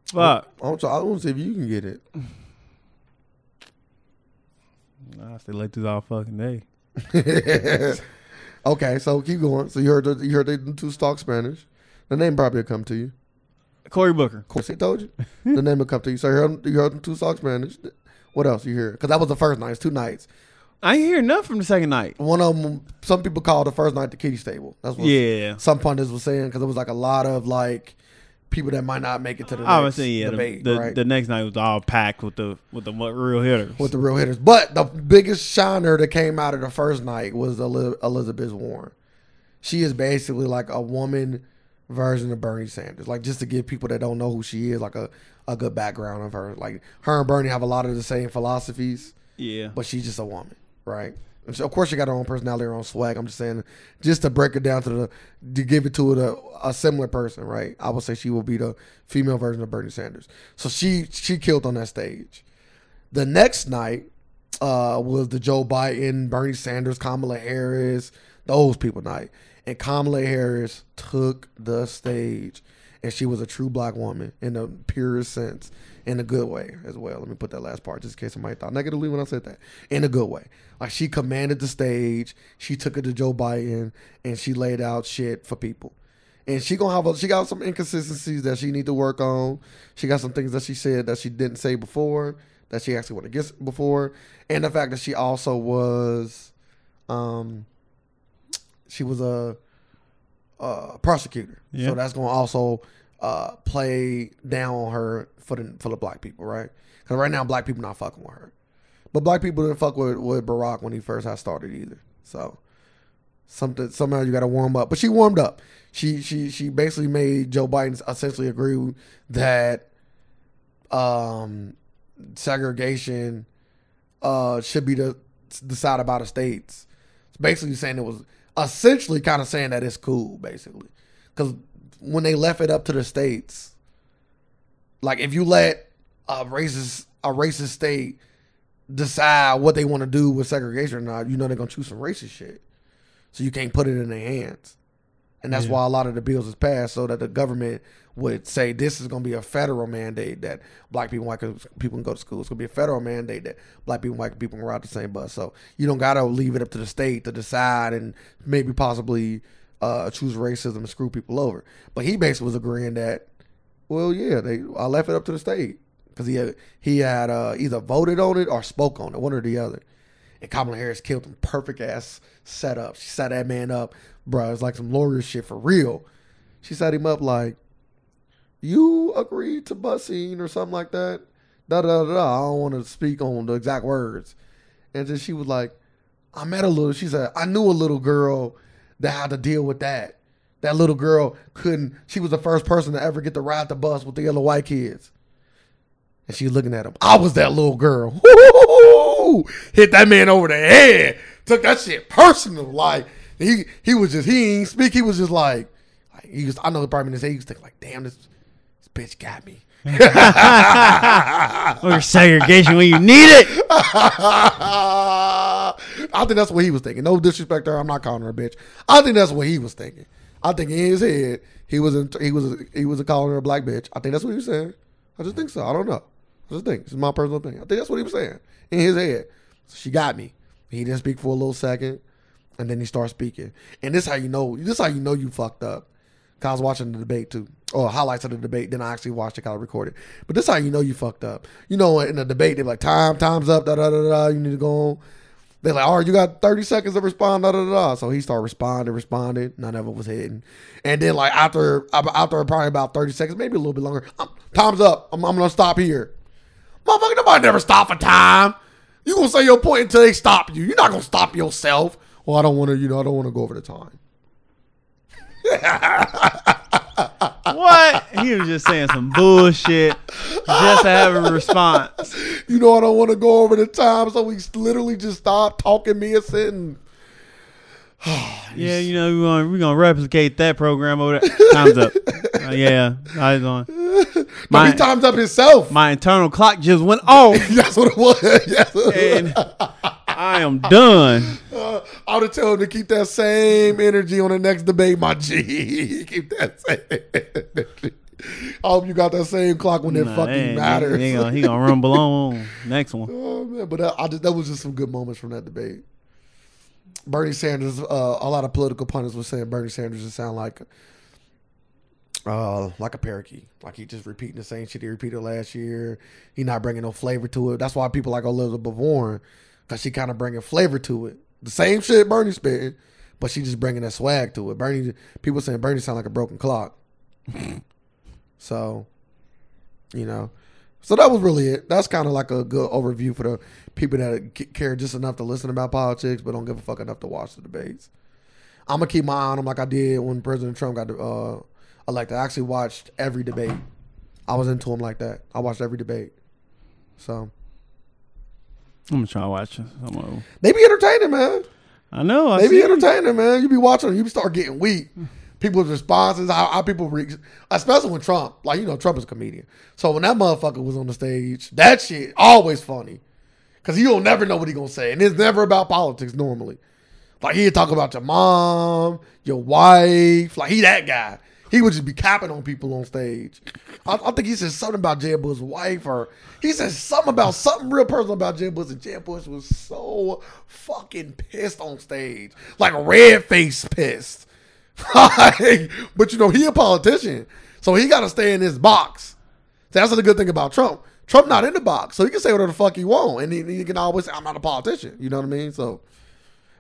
Speaker 1: Fuck.
Speaker 2: I want to I want to see if you can get it.
Speaker 1: I stay late this all fucking day.
Speaker 2: [laughs] okay, so keep going. So you heard the, you heard they do talk Spanish. The name probably will come to you.
Speaker 1: Cory Booker.
Speaker 2: Of course, he told you. [laughs] The name will come to you. So you heard, you heard two songs Spanish. What else you hear? Because that was the first night. It's two nights.
Speaker 1: I ain't hear nothing from the second night.
Speaker 2: One of them, some people call the first night the kitty stable. That's what
Speaker 1: Yeah.
Speaker 2: some pundits were saying because it was like a lot of like people that might not make it to the next
Speaker 1: Obviously, yeah. the-
Speaker 2: debate,
Speaker 1: the,
Speaker 2: right?
Speaker 1: the next night was all packed with the with the mu- real hitters.
Speaker 2: with the real hitters. But the biggest shiner that came out of the first night was Eli- Elizabeth Warren. She is basically like a woman version of Bernie Sanders. Like just to give people that don't know who she is like a, a good background of her. Like her and Bernie have a lot of the same philosophies,
Speaker 1: yeah,
Speaker 2: but she's just a woman, right? And so of course, she got her own personality, her own swag. I'm just saying, just to break it down to the, to give it to the, a similar person, right? I would say she will be the female version of Bernie Sanders. So she she killed on that stage. The next night uh, was the Joe Biden, Bernie Sanders, Kamala Harris, those people night, and Kamala Harris took the stage, and she was a true black woman in the purest sense, in a good way as well. Let me put that last part just in case somebody thought negatively when I said that. In a good way, like she commanded the stage, she took it to Joe Biden, and she laid out shit for people and she gonna have a, she got some inconsistencies that she need to work on. She got some things that she said that she didn't say before that she actually went against before, and the fact that she also was, um, she was a, a prosecutor,
Speaker 1: Yeah.
Speaker 2: so that's gonna also uh, play down on her for the for the black people, right? Because right now black people not fucking with her, but black people didn't fuck with with Barack when he first had started either, so something somehow you got to warm up. But she warmed up. She she she basically made Joe Biden essentially agree that um segregation uh should be the decided by the states. It's basically saying it was essentially kind of saying that it's cool basically because when they left it up to the states, like if you let a racist a racist state decide what they want to do with segregation or not, you know they're gonna choose some racist shit so you can't put it in their hands. And that's
Speaker 1: Yeah.
Speaker 2: why a lot of the bills is passed so that the government would say this is going to be a federal mandate that black people, and white people can go to school. It's going to be a federal mandate that black people, and white people can ride the same bus. So you don't got to leave it up to the state to decide and maybe possibly uh, choose racism and screw people over. But he basically was agreeing that, well, yeah, they I left it up to the state because he had, he had uh, either voted on it or spoke on it, one or the other. And Kamala Harris killed him. Perfect ass setup. She set that man up, bro. It's like some lawyer shit for real. She set him up like, you agreed to busing or something like that. Da da da. da. I don't want to speak on the exact words. And then she was like, I met a little. She said, I knew a little girl that had to deal with that. That little girl couldn't. She was the first person to ever get to ride the bus with the other white kids. And she looking at him. I was that little girl. Woo! Hit that man over the head. Took that shit personal. Like he he was just he ain't speak. He was just like, like, he was. I know the problem in his head. He was thinking like, damn, this, this bitch got me. [laughs]
Speaker 1: Or segregation when you need it.
Speaker 2: [laughs] I think that's what he was thinking. No disrespect to her. I'm not calling her a bitch. I think that's what he was thinking. I think in his head he was in, he was he was calling her a black bitch. I think that's what he was saying. I just think so. I don't know. I just think. This is my personal opinion. I think that's what he was saying in his head. So she got me. He didn't speak for a little second, and then he starts speaking. And this how you know. This how you know you fucked up. 'Cause I was watching the debate too, or highlights of the debate. Then I actually watched it, kind of recorded. But this how you know you fucked up. You know, in the debate, they're like, "Time, time's up." Da da da da. You need to go on. They're like, "All right, you got thirty seconds to respond." Da da da. da. So he started responding, responding. None of it was hitting. And then like after after probably about thirty seconds, maybe a little bit longer, i time's up. I'm, I'm gonna stop here. Motherfucker, nobody never stop for time. You gonna say your point until they stop you. You're not gonna stop yourself. Well, I don't want to. You know, I don't want to go over the time.
Speaker 1: What? He was just saying some bullshit just to have a response.
Speaker 2: You know, I don't want to go over the time, so we literally just stopped talking me a sentence.
Speaker 1: Yeah, you know, we're gonna, we're gonna replicate that program over there. Time's up. Uh, yeah, I was on.
Speaker 2: No, he
Speaker 1: My,
Speaker 2: times up himself.
Speaker 1: my internal clock just went off,
Speaker 2: [laughs] That's what it was. [laughs] Yes.
Speaker 1: and I am done.
Speaker 2: Uh, I would have told him to keep that same energy on the next debate, my G. [laughs] keep that same energy. I hope you got that same clock when it
Speaker 1: Nah,
Speaker 2: fucking
Speaker 1: they- they-
Speaker 2: matters.
Speaker 1: He, gonna, he gonna rumble on next one.
Speaker 2: Oh man, but that, I just, that was just some good moments from that debate. Bernie Sanders, uh, a lot of political pundits were saying Bernie Sanders just sound like, uh, like a parakeet. Like he just repeating the same shit he repeated last year. He not bringing no flavor to it. That's why people like Elizabeth Warren, cause she kind of bringing flavor to it. The same shit Bernie spitting, but she just bringing that swag to it. Bernie, people saying Bernie sound like a broken clock. so you know. So that was really it. That's kind of like a good overview for the people that c- care just enough to listen about politics, but don't give a fuck enough to watch the debates. I'm gonna keep my eye on them like I did when President Trump got uh, elected. I actually watched every debate. I was into him like that. I watched every debate. So
Speaker 1: I'm gonna try to watch some of them.
Speaker 2: They be entertaining, man.
Speaker 1: I know. I
Speaker 2: They be
Speaker 1: see.
Speaker 2: entertaining, man. You be watching them, you start getting weak. People's responses, how, how people, re- especially when Trump, like you know, Trump is a comedian. So when that motherfucker was on the stage, that shit always funny, cause you'll never know what he gonna say, and it's never about politics normally. Like he'd talk about your mom, your wife, like he that guy. He would just be capping on people on stage. I, I think he said something about Jeb Bush's wife, or he said something about something real personal about Jeb Bush, and Jeb Bush was so fucking pissed on stage, like red face pissed. [laughs] Like, but you know he a politician, so he got to stay in his box. That's the good thing about Trump. Trump not in the box, so he can say whatever the fuck he want, and he, he can always say, "I'm not a politician." You know what I mean? So,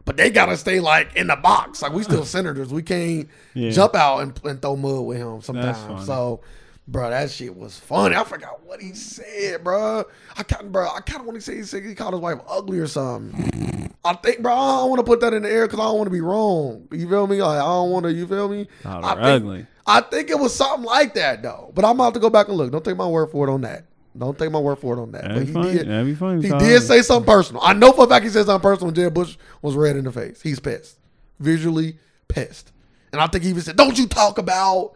Speaker 2: but they gotta stay like in the box. Like
Speaker 1: [laughs]
Speaker 2: we still senators, we can't
Speaker 1: Yeah.
Speaker 2: jump out and, and throw mud with him
Speaker 1: funny.
Speaker 2: sometimes. So, bro, that shit was funny. I forgot what he said, bro. I kind, bro, I kind of want to say he said he called his wife ugly or something. I think, bro, I don't want to put that in the air because I don't want to be wrong. You feel me? Like I don't want to. You feel me?
Speaker 1: Oh,
Speaker 2: I
Speaker 1: they're
Speaker 2: think-
Speaker 1: ugly.
Speaker 2: I think it was something like that though. But I'm about to go back and look. Don't take my word for it on that. Don't take my word for it on that.
Speaker 1: That'd
Speaker 2: But
Speaker 1: be
Speaker 2: he
Speaker 1: funny.
Speaker 2: did.
Speaker 1: That'd be funny.
Speaker 2: He
Speaker 1: Sorry.
Speaker 2: did say something personal. I know for a fact he said something personal when Jeb Bush was red in the face. He's pissed. Visually pissed. And I think he even said, Don't you talk about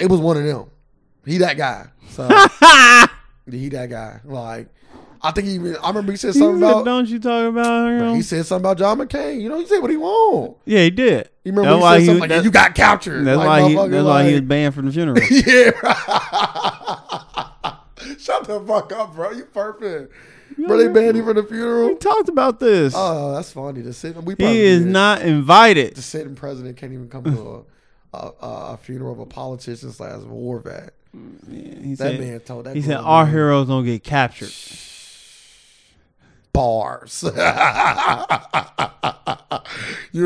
Speaker 2: it was one of them. He that guy.
Speaker 1: [laughs]
Speaker 2: So he that guy. Like I think he even I remember he said
Speaker 1: You
Speaker 2: something about
Speaker 1: don't you talk about him?
Speaker 2: he said something about John McCain. You know, he said what he want.
Speaker 1: yeah, he did.
Speaker 2: You remember he said something like,
Speaker 1: that's,
Speaker 2: You got captured.
Speaker 1: that's
Speaker 2: Like,
Speaker 1: why he.
Speaker 2: motherfucker,
Speaker 1: That's why he
Speaker 2: like-
Speaker 1: was banned from the
Speaker 2: [laughs]
Speaker 1: funeral.
Speaker 2: yeah. [laughs] Shut the fuck up, bro. You perfect. Bro, they banned you from the
Speaker 1: we
Speaker 2: funeral.
Speaker 1: talked about this.
Speaker 2: Oh, that's funny. The sitting we probably
Speaker 1: he is
Speaker 2: did.
Speaker 1: not invited.
Speaker 2: The sitting president can't even come to a, a, a funeral of a politician slash war vet.
Speaker 1: He
Speaker 2: That
Speaker 1: said.
Speaker 2: man told that.
Speaker 1: he said
Speaker 2: girl,
Speaker 1: our
Speaker 2: man,
Speaker 1: heroes don't get captured.
Speaker 2: bars. [laughs] you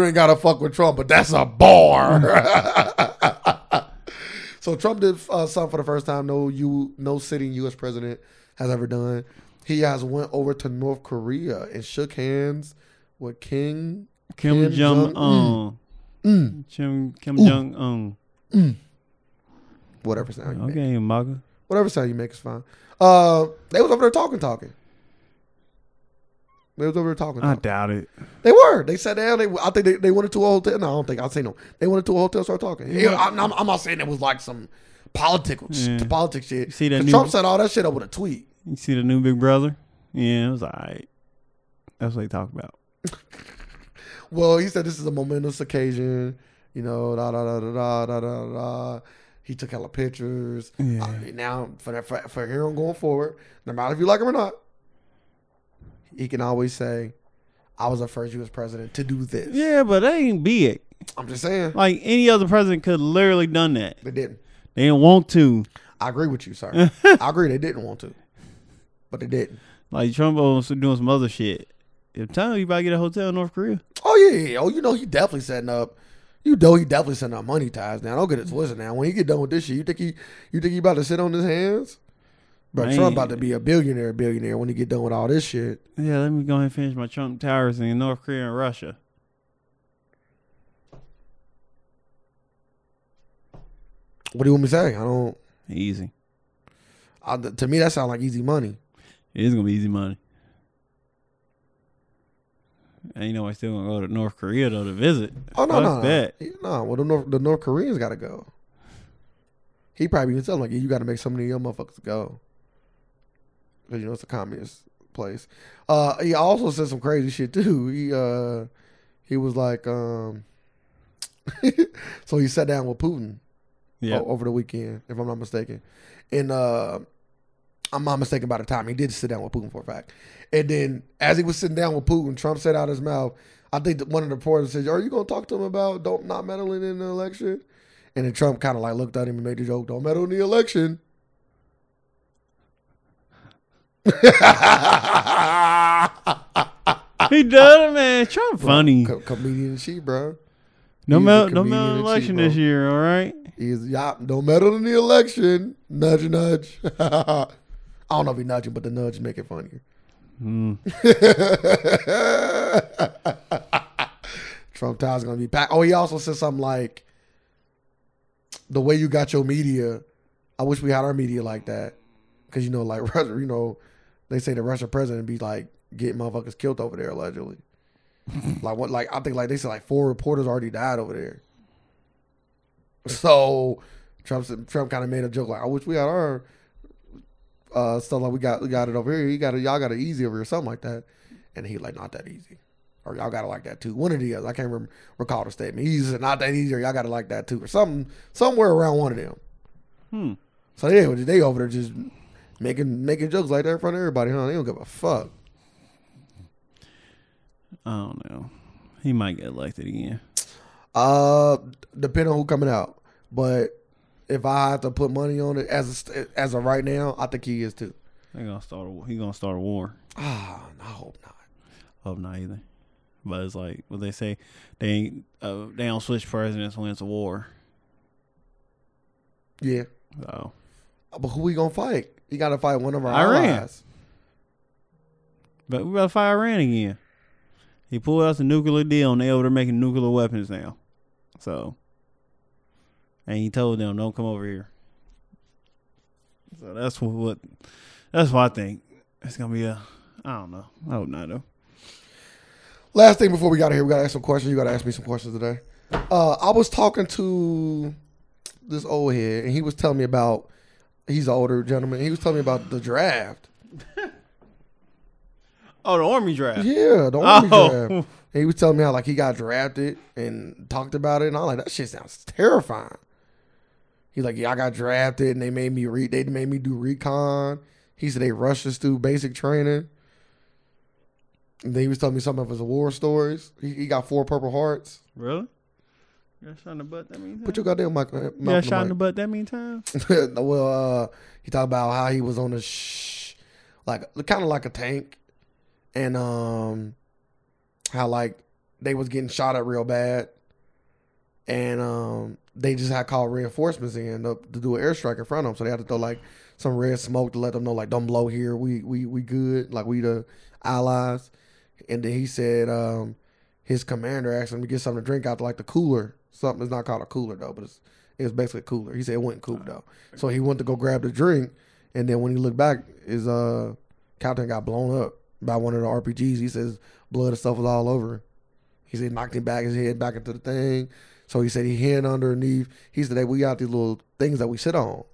Speaker 2: ain't gotta fuck with Trump, but that's a
Speaker 1: Mm.
Speaker 2: bar. [laughs] so Trump did uh, something for the first time. No, you, no sitting U.S. president has ever done. He has went over to North Korea and shook hands with King
Speaker 1: Kim,
Speaker 2: Kim
Speaker 1: Jong
Speaker 2: Jong-un.
Speaker 1: Un. Kim Kim Jong Un.
Speaker 2: whatever sound. You make.
Speaker 1: Okay, Maga.
Speaker 2: Whatever sound you make is fine. Uh, they was over there talking, talking. They was over there talking.
Speaker 1: I
Speaker 2: talking.
Speaker 1: doubt it.
Speaker 2: They were. They sat down. They, I think they, they went into a hotel. No, I don't think I've seen them. They went into a hotel, started talking. Yeah, I'm, I'm, I'm not saying it was like some political
Speaker 1: Yeah.
Speaker 2: shit, politics shit.
Speaker 1: see that
Speaker 2: 'Cause
Speaker 1: new-
Speaker 2: Trump said all that shit up with a tweet.
Speaker 1: You see the new Big Brother? Yeah, it was alright. That's what they talk about.
Speaker 2: Well, he said this is a momentous occasion. You know, da da da da da da da. da. He took hella pictures.
Speaker 1: Yeah.
Speaker 2: I- now for that for, for here on going forward, no matter if you like him or not, he can always say, "I was the first U.S. president to do this."
Speaker 1: Yeah, but that ain't big.
Speaker 2: I'm just saying
Speaker 1: Like any other president could literally done that.
Speaker 2: they didn't.
Speaker 1: They didn't want to.
Speaker 2: I agree with you, sir. I agree they didn't want to, but they didn't.
Speaker 1: Like Trump was doing some other shit. If time you about to get a hotel in North Korea.
Speaker 2: Oh yeah, yeah, yeah. oh you know he definitely setting up. You know he definitely setting up money ties now. Don't get it twisted now. When he get done with this shit, you think he you think he about to sit on his hands? But
Speaker 1: Man.
Speaker 2: Trump about to be a billionaire, billionaire when he get done with all this shit.
Speaker 1: Yeah, let me go ahead and finish my Trump towers in North Korea and Russia.
Speaker 2: What do you want me to say? I don't.
Speaker 1: Easy.
Speaker 2: I, to me, that sounds like easy money.
Speaker 1: It is gonna be easy money. And you know I still gonna go to North Korea though to visit.
Speaker 2: Oh no,
Speaker 1: Fuck
Speaker 2: no, no,
Speaker 1: that.
Speaker 2: He- no. Well, the North, the North Koreans got to go. He probably even tell him, like, "Yeah, you got to make so many of your motherfuckers go, because you know it's a communist place. Uh, he also said some crazy shit too. He uh, he was like, um, [laughs] so he sat down with Putin
Speaker 1: Yeah.
Speaker 2: o- over the weekend, if I'm not mistaken. And uh, I'm not mistaken by the time he did sit down with Putin for a fact. And then as he was sitting down with Putin, Trump said out his mouth, I think that one of the reporters said, Are you going to talk to him about don't not meddling in the election? And then Trump kind of like looked at him and made the joke, Don't meddle in the election.
Speaker 1: He done it, man. Trump funny.
Speaker 2: Co- comedian she, bro.
Speaker 1: No
Speaker 2: he's a
Speaker 1: mail, no
Speaker 2: comedian
Speaker 1: mail
Speaker 2: in chief,
Speaker 1: election
Speaker 2: bro.
Speaker 1: this year. All right.
Speaker 2: He's yeah, don't meddle in the election. Nudge, nudge. [laughs] I don't know if he nudging, but the nudge make it funnier. [laughs] Trump Tower's gonna be back. Oh, he also said something like, "The way you got your media, I wish [laughs] we had our media like that." Because you know, like Russia, you know, they say the Russian president be like getting motherfuckers killed over there allegedly. like what? Like I think like they said like four reporters already died over there. So Trump Trump kind of made a joke like I wish we had our uh, stuff like we got we got it over here. You got it, y'all got it easy over here, something like that. And he like not that easy, or y'all got it like that too. One of the others I can't remember, recall the statement. He's not that easy, or y'all got it like that too, or something somewhere around one of them.
Speaker 1: Hmm.
Speaker 2: So they they over there just making making jokes like that in front of everybody, huh? They don't give a fuck.
Speaker 1: I don't know. He might get elected again.
Speaker 2: Uh, depending on who coming out, but if I have to put money on it as a, st- as of right now, I think he is too.
Speaker 1: They gonna start. A, he gonna start a war.
Speaker 2: Ah, I hope not.
Speaker 1: Hope not either. But it's like what they say. They ain't. Uh, they don't switch presidents when it's a war.
Speaker 2: Yeah, Uh,
Speaker 1: So
Speaker 2: but who we gonna fight? You gotta fight one of our
Speaker 1: Iran.
Speaker 2: allies.
Speaker 1: But we gotta fight Iran again. He pulled out the nuclear deal and they over there making nuclear weapons now. So and he told them don't come over here. So that's what, what that's what I think. It's gonna be a I don't know. I hope not though.
Speaker 2: Last thing before we got here, we gotta ask some questions. You gotta ask me some questions today. Uh, I was talking to this old head, and he was telling me about he's an older gentleman. He was telling me about the draft.
Speaker 1: Oh the army draft.
Speaker 2: Yeah, the Army
Speaker 1: Oh.
Speaker 2: draft. And he was telling me how like he got drafted and talked about it, and I'm like, that shit sounds terrifying. He's like, yeah, I got drafted, and they made me read. They made me do recon. He said they rushed us through basic training. And then he was telling me some of his war stories. He, he got four Purple Hearts.
Speaker 1: Really? You got shot in the butt that mean time?
Speaker 2: Put your goddamn mic. uh,
Speaker 1: you got
Speaker 2: mouth
Speaker 1: shot
Speaker 2: on
Speaker 1: in the
Speaker 2: the
Speaker 1: butt that mean time?
Speaker 2: mic. [laughs] well, uh, he talked about how he was on a sh- like kind of like a tank, and um, how like they was getting shot at real bad, and um, they just had called reinforcements in to, to do an airstrike in front of them, so they had to throw like some red smoke to let them know like don't blow here, we we we good, like we the allies, and then he said um, his commander asked him to get something to drink out like the cooler, something it's not called a cooler though, but it's it was basically a cooler. He said it wasn't cool though, so he went to go grab the drink, and then when he looked back, his uh captain got blown up by one of the RPGs. He says blood and stuff was all over. him. He said knocked him back his head back into the thing. So he said he hid underneath. He said that we got these little things that we sit on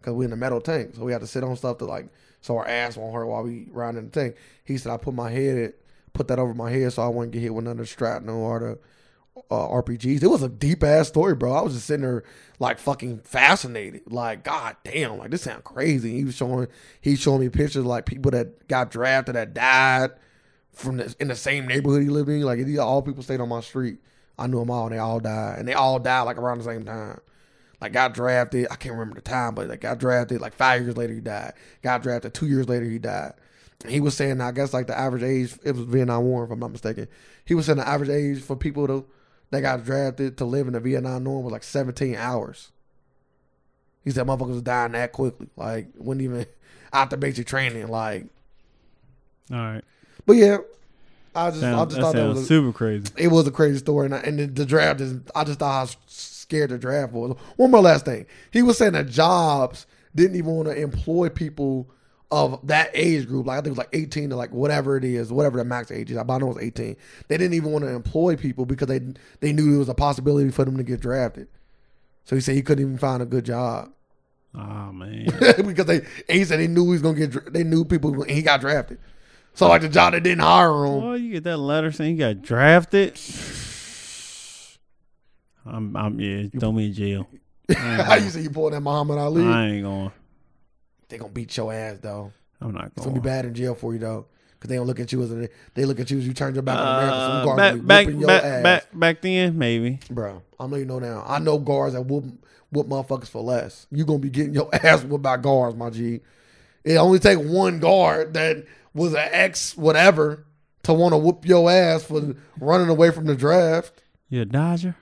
Speaker 2: because we're in a metal tank, so we have to sit on stuff to like so our ass won't hurt while we riding in the tank. He said I put my head put that over my head so I wouldn't get hit with none of the shrapnel or the uh, RPGs. It was a deep ass story, bro. I was just sitting there like fucking fascinated. Like, god damn, like this sounds crazy. He was showing he showing me pictures like people that got drafted that died from this in the same neighborhood he lived in. Like these are all people stayed on my street. I knew them all and they all died. And they all died like around the same time. Like got drafted. I can't remember the time, but like got drafted. Like five years later, he died. Got drafted two years later, he died. And He was saying, I guess like the average age, it was Vietnam War, if I'm not mistaken. He was saying the average age for people to that got drafted to live in the Vietnam War was like 17 hours. He said motherfuckers was dying that quickly. Like, wouldn't even [laughs] after basic training. Like,
Speaker 1: All right.
Speaker 2: but yeah, I just I
Speaker 1: Sounds,
Speaker 2: just
Speaker 1: that
Speaker 2: thought that
Speaker 1: sounds
Speaker 2: was a,
Speaker 1: super crazy.
Speaker 2: it was a crazy story, and, I, and the, the draft is. I just thought how s- scared the draft was. One more last thing, he was saying that jobs didn't even want to employ people of that age group. Like I think it was like eighteen to like whatever it is, whatever the max age is. I know it was eighteen. They didn't even want to employ people because they they knew it was a possibility for them to get drafted. So he said he couldn't even find a good job [laughs]
Speaker 1: Oh man.
Speaker 2: because they he said they knew he was gonna get dra- they knew people and he got drafted. So like the job that didn't hire him.
Speaker 1: Oh, you get that letter saying you got drafted. I'm, I'm, yeah, throw me in
Speaker 2: [laughs]
Speaker 1: jail.
Speaker 2: How
Speaker 1: I
Speaker 2: you say you pulling that Muhammad Ali?
Speaker 1: ain't, I ain't going.
Speaker 2: They gonna beat your ass though.
Speaker 1: I'm not
Speaker 2: It's
Speaker 1: going.
Speaker 2: gonna be bad in jail for you though, because they don't look at you as a, they look at you as you turned your back on America. Some
Speaker 1: Uh,
Speaker 2: guards
Speaker 1: back,
Speaker 2: be
Speaker 1: back,
Speaker 2: whooping your
Speaker 1: back,
Speaker 2: ass,
Speaker 1: back, back then, maybe.
Speaker 2: bro. I know you know now. I know guards that whoop whoop motherfuckers for less. You gonna be getting your [laughs] ass whooped by guards, my G. It only take one guard that was an ex whatever to want to whoop your ass for running away from the draft.
Speaker 1: You a Dodger?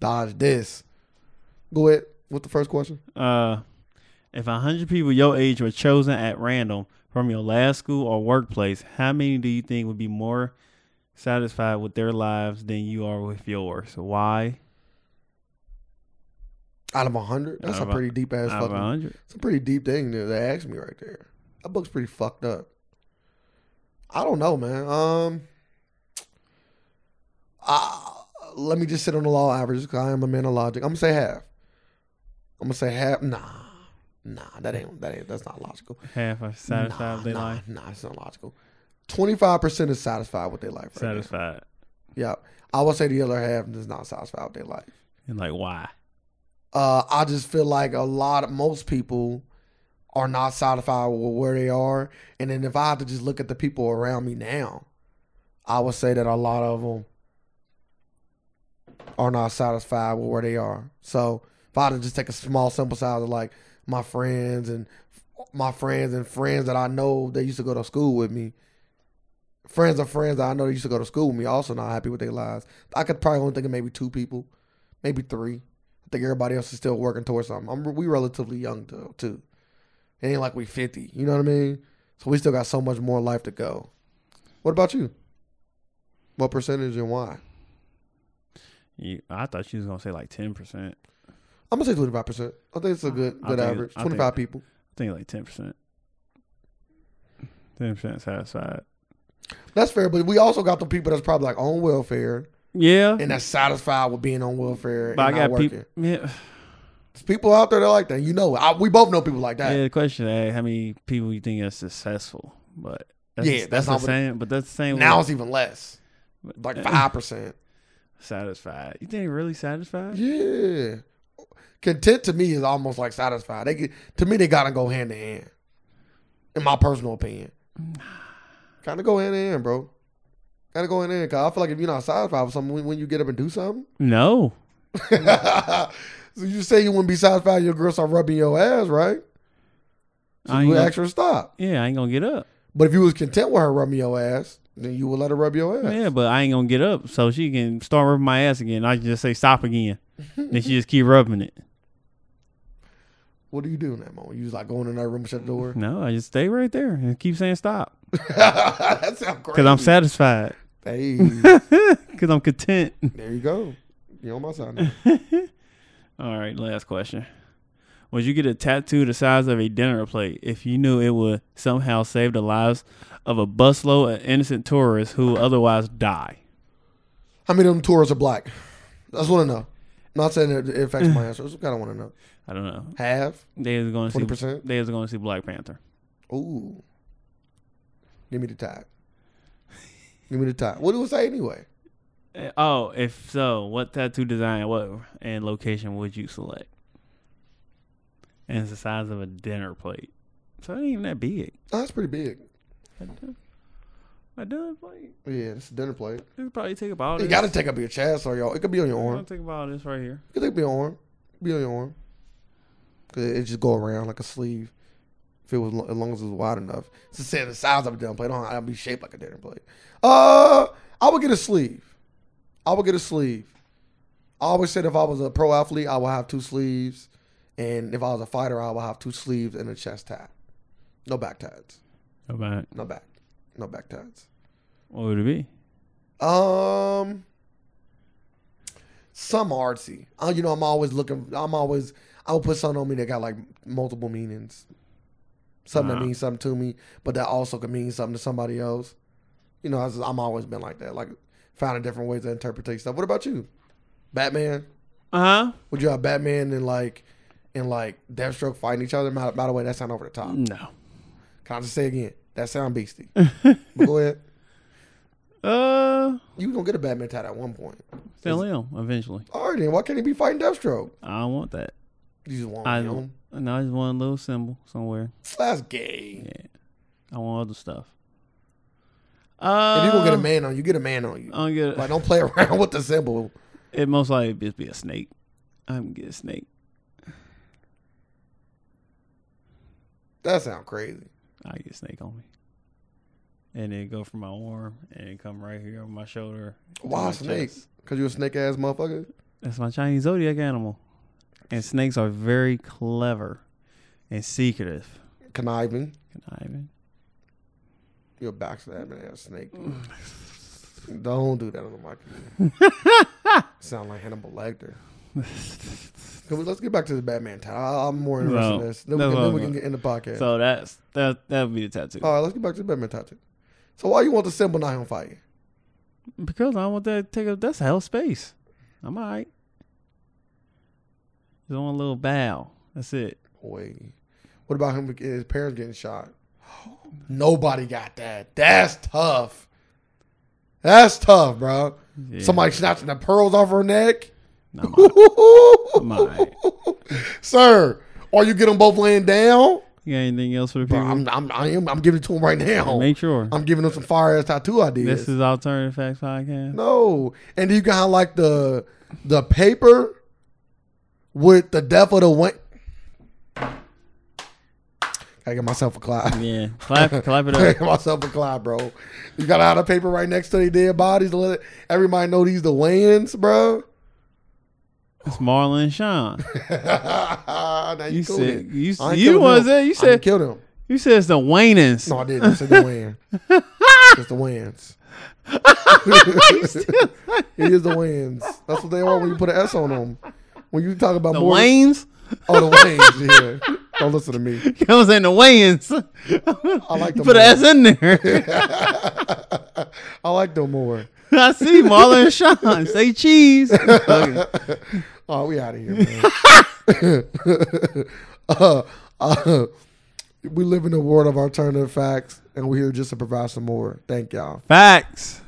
Speaker 2: Dodge this. Go ahead. What's the first question?
Speaker 1: Uh, if hundred people your age were chosen at random from your last school or workplace, how many do you think would be more satisfied with their lives than you are with yours? Why?
Speaker 2: Out of hundred, that's
Speaker 1: Out of
Speaker 2: a
Speaker 1: a-
Speaker 2: pretty deep ass
Speaker 1: Out of
Speaker 2: fucking.
Speaker 1: hundred.
Speaker 2: It's a pretty deep thing that they asked me right there. That book's pretty fucked up. I don't know, man. Um, I, let me just sit on the law average because I am a man of logic. I'm gonna say half. I'm gonna say half. Nah, nah, that ain't that ain't that's not logical.
Speaker 1: Half are satisfied
Speaker 2: nah,
Speaker 1: with their
Speaker 2: nah,
Speaker 1: life.
Speaker 2: nah, it's not logical. Twenty five percent is satisfied with their life. Right now.
Speaker 1: Satisfied.
Speaker 2: Yeah, I would say the other half is not satisfied with their life.
Speaker 1: And like why?
Speaker 2: Uh, I just feel like a lot of most people are not satisfied with where they are, and then if I had to just look at the people around me now, I would say that a lot of them are not satisfied with where they are. So if I had to just take a small sample size of like my friends and my friends and friends that I know that used to go to school with me, friends of friends that I know that used to go to school with me, also not happy with their lives. I could probably only think of maybe two people, maybe three. I think everybody else is still working towards something. I'm, we relatively young though too. It ain't like we 50. You know what I mean? So we still got so much more life to go. What about you? What percentage and why?
Speaker 1: You, I thought she was gonna say like ten percent.
Speaker 2: I'm gonna say 25. percent I think it's a good
Speaker 1: I
Speaker 2: good
Speaker 1: think-
Speaker 2: average.
Speaker 1: I think-
Speaker 2: 25 people.
Speaker 1: I think like ten percent. Ten percent satisfied.
Speaker 2: That's fair, but we also got the people that's probably like on welfare
Speaker 1: Yeah,
Speaker 2: and that's satisfied with being on welfare
Speaker 1: but I
Speaker 2: and not
Speaker 1: got
Speaker 2: working.
Speaker 1: people. Yeah,
Speaker 2: There's people out there that like that. You know, it. I, we both know people like that.
Speaker 1: yeah. The question: hey, How many people you think are successful? But that's,
Speaker 2: Yeah,
Speaker 1: that's,
Speaker 2: that's
Speaker 1: the
Speaker 2: not what it-
Speaker 1: same. but that's the same.
Speaker 2: now
Speaker 1: with
Speaker 2: it's even less, like
Speaker 1: Uh,
Speaker 2: five percent.
Speaker 1: satisfied. You think they really satisfied?
Speaker 2: Yeah. Content to me is almost like satisfied. They get, to me they gotta go hand in hand. In my
Speaker 1: [sighs]
Speaker 2: personal opinion. Kinda go hand in hand, bro. Gotta go hand in hand. Cause I feel like if you're not satisfied with something when, when you get up and do something. [laughs]
Speaker 1: No.
Speaker 2: so you say you wouldn't be satisfied if your girl start rubbing your ass, right? So
Speaker 1: I
Speaker 2: you
Speaker 1: ain't
Speaker 2: would
Speaker 1: gonna-
Speaker 2: ask her to stop.
Speaker 1: Yeah, I ain't gonna get up.
Speaker 2: But if you was content with her rubbing your ass, then you would let her rub your ass.
Speaker 1: Yeah, but I ain't gonna get up, so she can start rubbing my ass again. I can just say stop
Speaker 2: [laughs]
Speaker 1: again, then she just keep rubbing it.
Speaker 2: What do you do in that moment? You just like go in another room and shut
Speaker 1: [laughs]
Speaker 2: the door. [laughs]
Speaker 1: No, I just stay right there and keep saying stop
Speaker 2: that sounds crazy.
Speaker 1: because I'm satisfied.
Speaker 2: [laughs]
Speaker 1: [laughs]
Speaker 2: Hey.
Speaker 1: Because I'm content.
Speaker 2: There you go. You're on my side now.
Speaker 1: All right, last question. Would you get a tattoo the size of a dinner plate if you knew it would somehow save the lives of a busload of innocent tourists who otherwise die?
Speaker 2: How many of them tourists are black? I just want to know. Not saying it it affects my answer. I just kind of want to know.
Speaker 1: I don't know.
Speaker 2: Half?
Speaker 1: They is going to see.
Speaker 2: 20%?
Speaker 1: They is going to see Black Panther.
Speaker 2: Ooh. Give me the tag. Give me the tag. What do it say anyway?
Speaker 1: Eh, Oh, if so, what tattoo design, what and location would you select? And it's the size of a dinner plate, so it ain't even that big.
Speaker 2: Oh, that's pretty big.
Speaker 1: A dinner plate.
Speaker 2: Yeah, it's a dinner plate.
Speaker 1: Oh, It could probably take about.
Speaker 2: You
Speaker 1: this.
Speaker 2: got to take up your chest or your. It could be on your
Speaker 1: I'm
Speaker 2: arm.
Speaker 1: gonna think about this right here.
Speaker 2: It could be on your arm. Be on your arm. 'Cause It it just go around like a sleeve. If it was lo- as long as it was wide enough. It's the same size of a dinner plate. I don't have to be shaped like a dinner plate. Uh, I would get a sleeve. I would get a sleeve. I always said if I was a pro athlete, I would have two sleeves, and if I was a fighter, I would have two sleeves and a chest tat. No back tats.
Speaker 1: About
Speaker 2: No back. No back tats.
Speaker 1: what would it be?
Speaker 2: Um, some artsy. Uh, you know, I'm always looking. I'm always. I'll put something on me that got like multiple meanings. Something
Speaker 1: Uh-huh.
Speaker 2: that means something to me, but that also could mean something to somebody else. You know, I just, I'm always been like that. Like finding different ways to interpret stuff. What about you? Batman?
Speaker 1: Uh
Speaker 2: Would you have Batman and like and like Deathstroke fighting each other? By, by the way, that sound over the top.
Speaker 1: huh. No.
Speaker 2: Can I just say again? That sound beastie. But go ahead.
Speaker 1: Uh,
Speaker 2: You gonna get a Batman tat at one point.
Speaker 1: still am eventually.
Speaker 2: All right, then why can't he be fighting Deathstroke?
Speaker 1: I don't want that.
Speaker 2: You just want
Speaker 1: I
Speaker 2: him.
Speaker 1: and I just want a little symbol somewhere.
Speaker 2: That's gay.
Speaker 1: I want other stuff. Uh,
Speaker 2: if you gonna get a man on you, get a man on you.
Speaker 1: I don't get
Speaker 2: like don't play [laughs] around with the symbol.
Speaker 1: it. Most likely just be a snake. I'm get a snake.
Speaker 2: That sound crazy.
Speaker 1: I get a snake on me, and then go from my arm and then come right here on my shoulder. to
Speaker 2: Why
Speaker 1: my
Speaker 2: snake?
Speaker 1: chest.
Speaker 2: Cause you a snake ass motherfucker.
Speaker 1: That's my Chinese zodiac animal, and snakes are very clever and secretive.
Speaker 2: Conniving.
Speaker 1: Can I even?
Speaker 2: You a backstabbing
Speaker 1: [sighs]
Speaker 2: ass snake.
Speaker 1: [laughs]
Speaker 2: Don't do that on the mic. Sound like Hannibal Lecter. Can we- let's get back to the Batman tie. I- I'm more interested
Speaker 1: No.
Speaker 2: in this. Then,
Speaker 1: No,
Speaker 2: we, can,
Speaker 1: no,
Speaker 2: then we
Speaker 1: no.
Speaker 2: can get in the podcast.
Speaker 1: So that's that. That would be the tattoo.
Speaker 2: All right, let's get back to the Batman tattoo. So why you want the symbol not on fire?
Speaker 1: Because I don't want that to take up. That's hell space. I'm all right. Just want a little bow. That's it.
Speaker 2: Wait, what about him? His parents getting shot. Nobody got that. That's tough. That's tough, bro.
Speaker 1: Yeah.
Speaker 2: Somebody snatching the pearls off her neck.
Speaker 1: I'm all right. alright.
Speaker 2: [laughs] Sir, or you get them both laying down.
Speaker 1: You got anything else for the
Speaker 2: Bro,
Speaker 1: people?
Speaker 2: I'm, I'm, I am, I'm giving it to him right now.
Speaker 1: Make sure.
Speaker 2: I'm giving him some fire ass tattoo ideas.
Speaker 1: this is Alternative Facts Podcast.
Speaker 2: No, and you got like the the paper with the death of the win. Gotta get myself a clap.
Speaker 1: Yeah. Clap clap it
Speaker 2: Gotta [laughs]
Speaker 1: up.
Speaker 2: get myself a clap, bro. You gotta have the paper right next to the dead bodies to let everybody know these the weigh-ins, bro. [laughs]
Speaker 1: It's Marlon and Sean.
Speaker 2: now you,
Speaker 1: You
Speaker 2: killed
Speaker 1: said-
Speaker 2: it.
Speaker 1: you-
Speaker 2: I ain't
Speaker 1: you
Speaker 2: killed
Speaker 1: was
Speaker 2: him.
Speaker 1: it. You
Speaker 2: I
Speaker 1: said-
Speaker 2: killed him.
Speaker 1: You said it's the Waynans.
Speaker 2: No, I didn't.
Speaker 1: [laughs]
Speaker 2: It's the win. It's the wins. it is the wins. That's what they are when you put an S on them. When you talk about
Speaker 1: the [laughs]
Speaker 2: more,
Speaker 1: Waynes?
Speaker 2: oh the wins, yeah. Don't listen to me.
Speaker 1: I was saying the Wayans.
Speaker 2: I like
Speaker 1: You
Speaker 2: them.
Speaker 1: put an
Speaker 2: more.
Speaker 1: S in there. [laughs]
Speaker 2: I like them more.
Speaker 1: I see Marlon and Sean. Say cheese.
Speaker 2: [laughs]
Speaker 1: Okay.
Speaker 2: Oh, we out of here, man.
Speaker 1: [laughs]
Speaker 2: [laughs] uh, uh, we live in a world of alternative facts, and we're here just to provide some more. Thank y'all.
Speaker 1: Facts.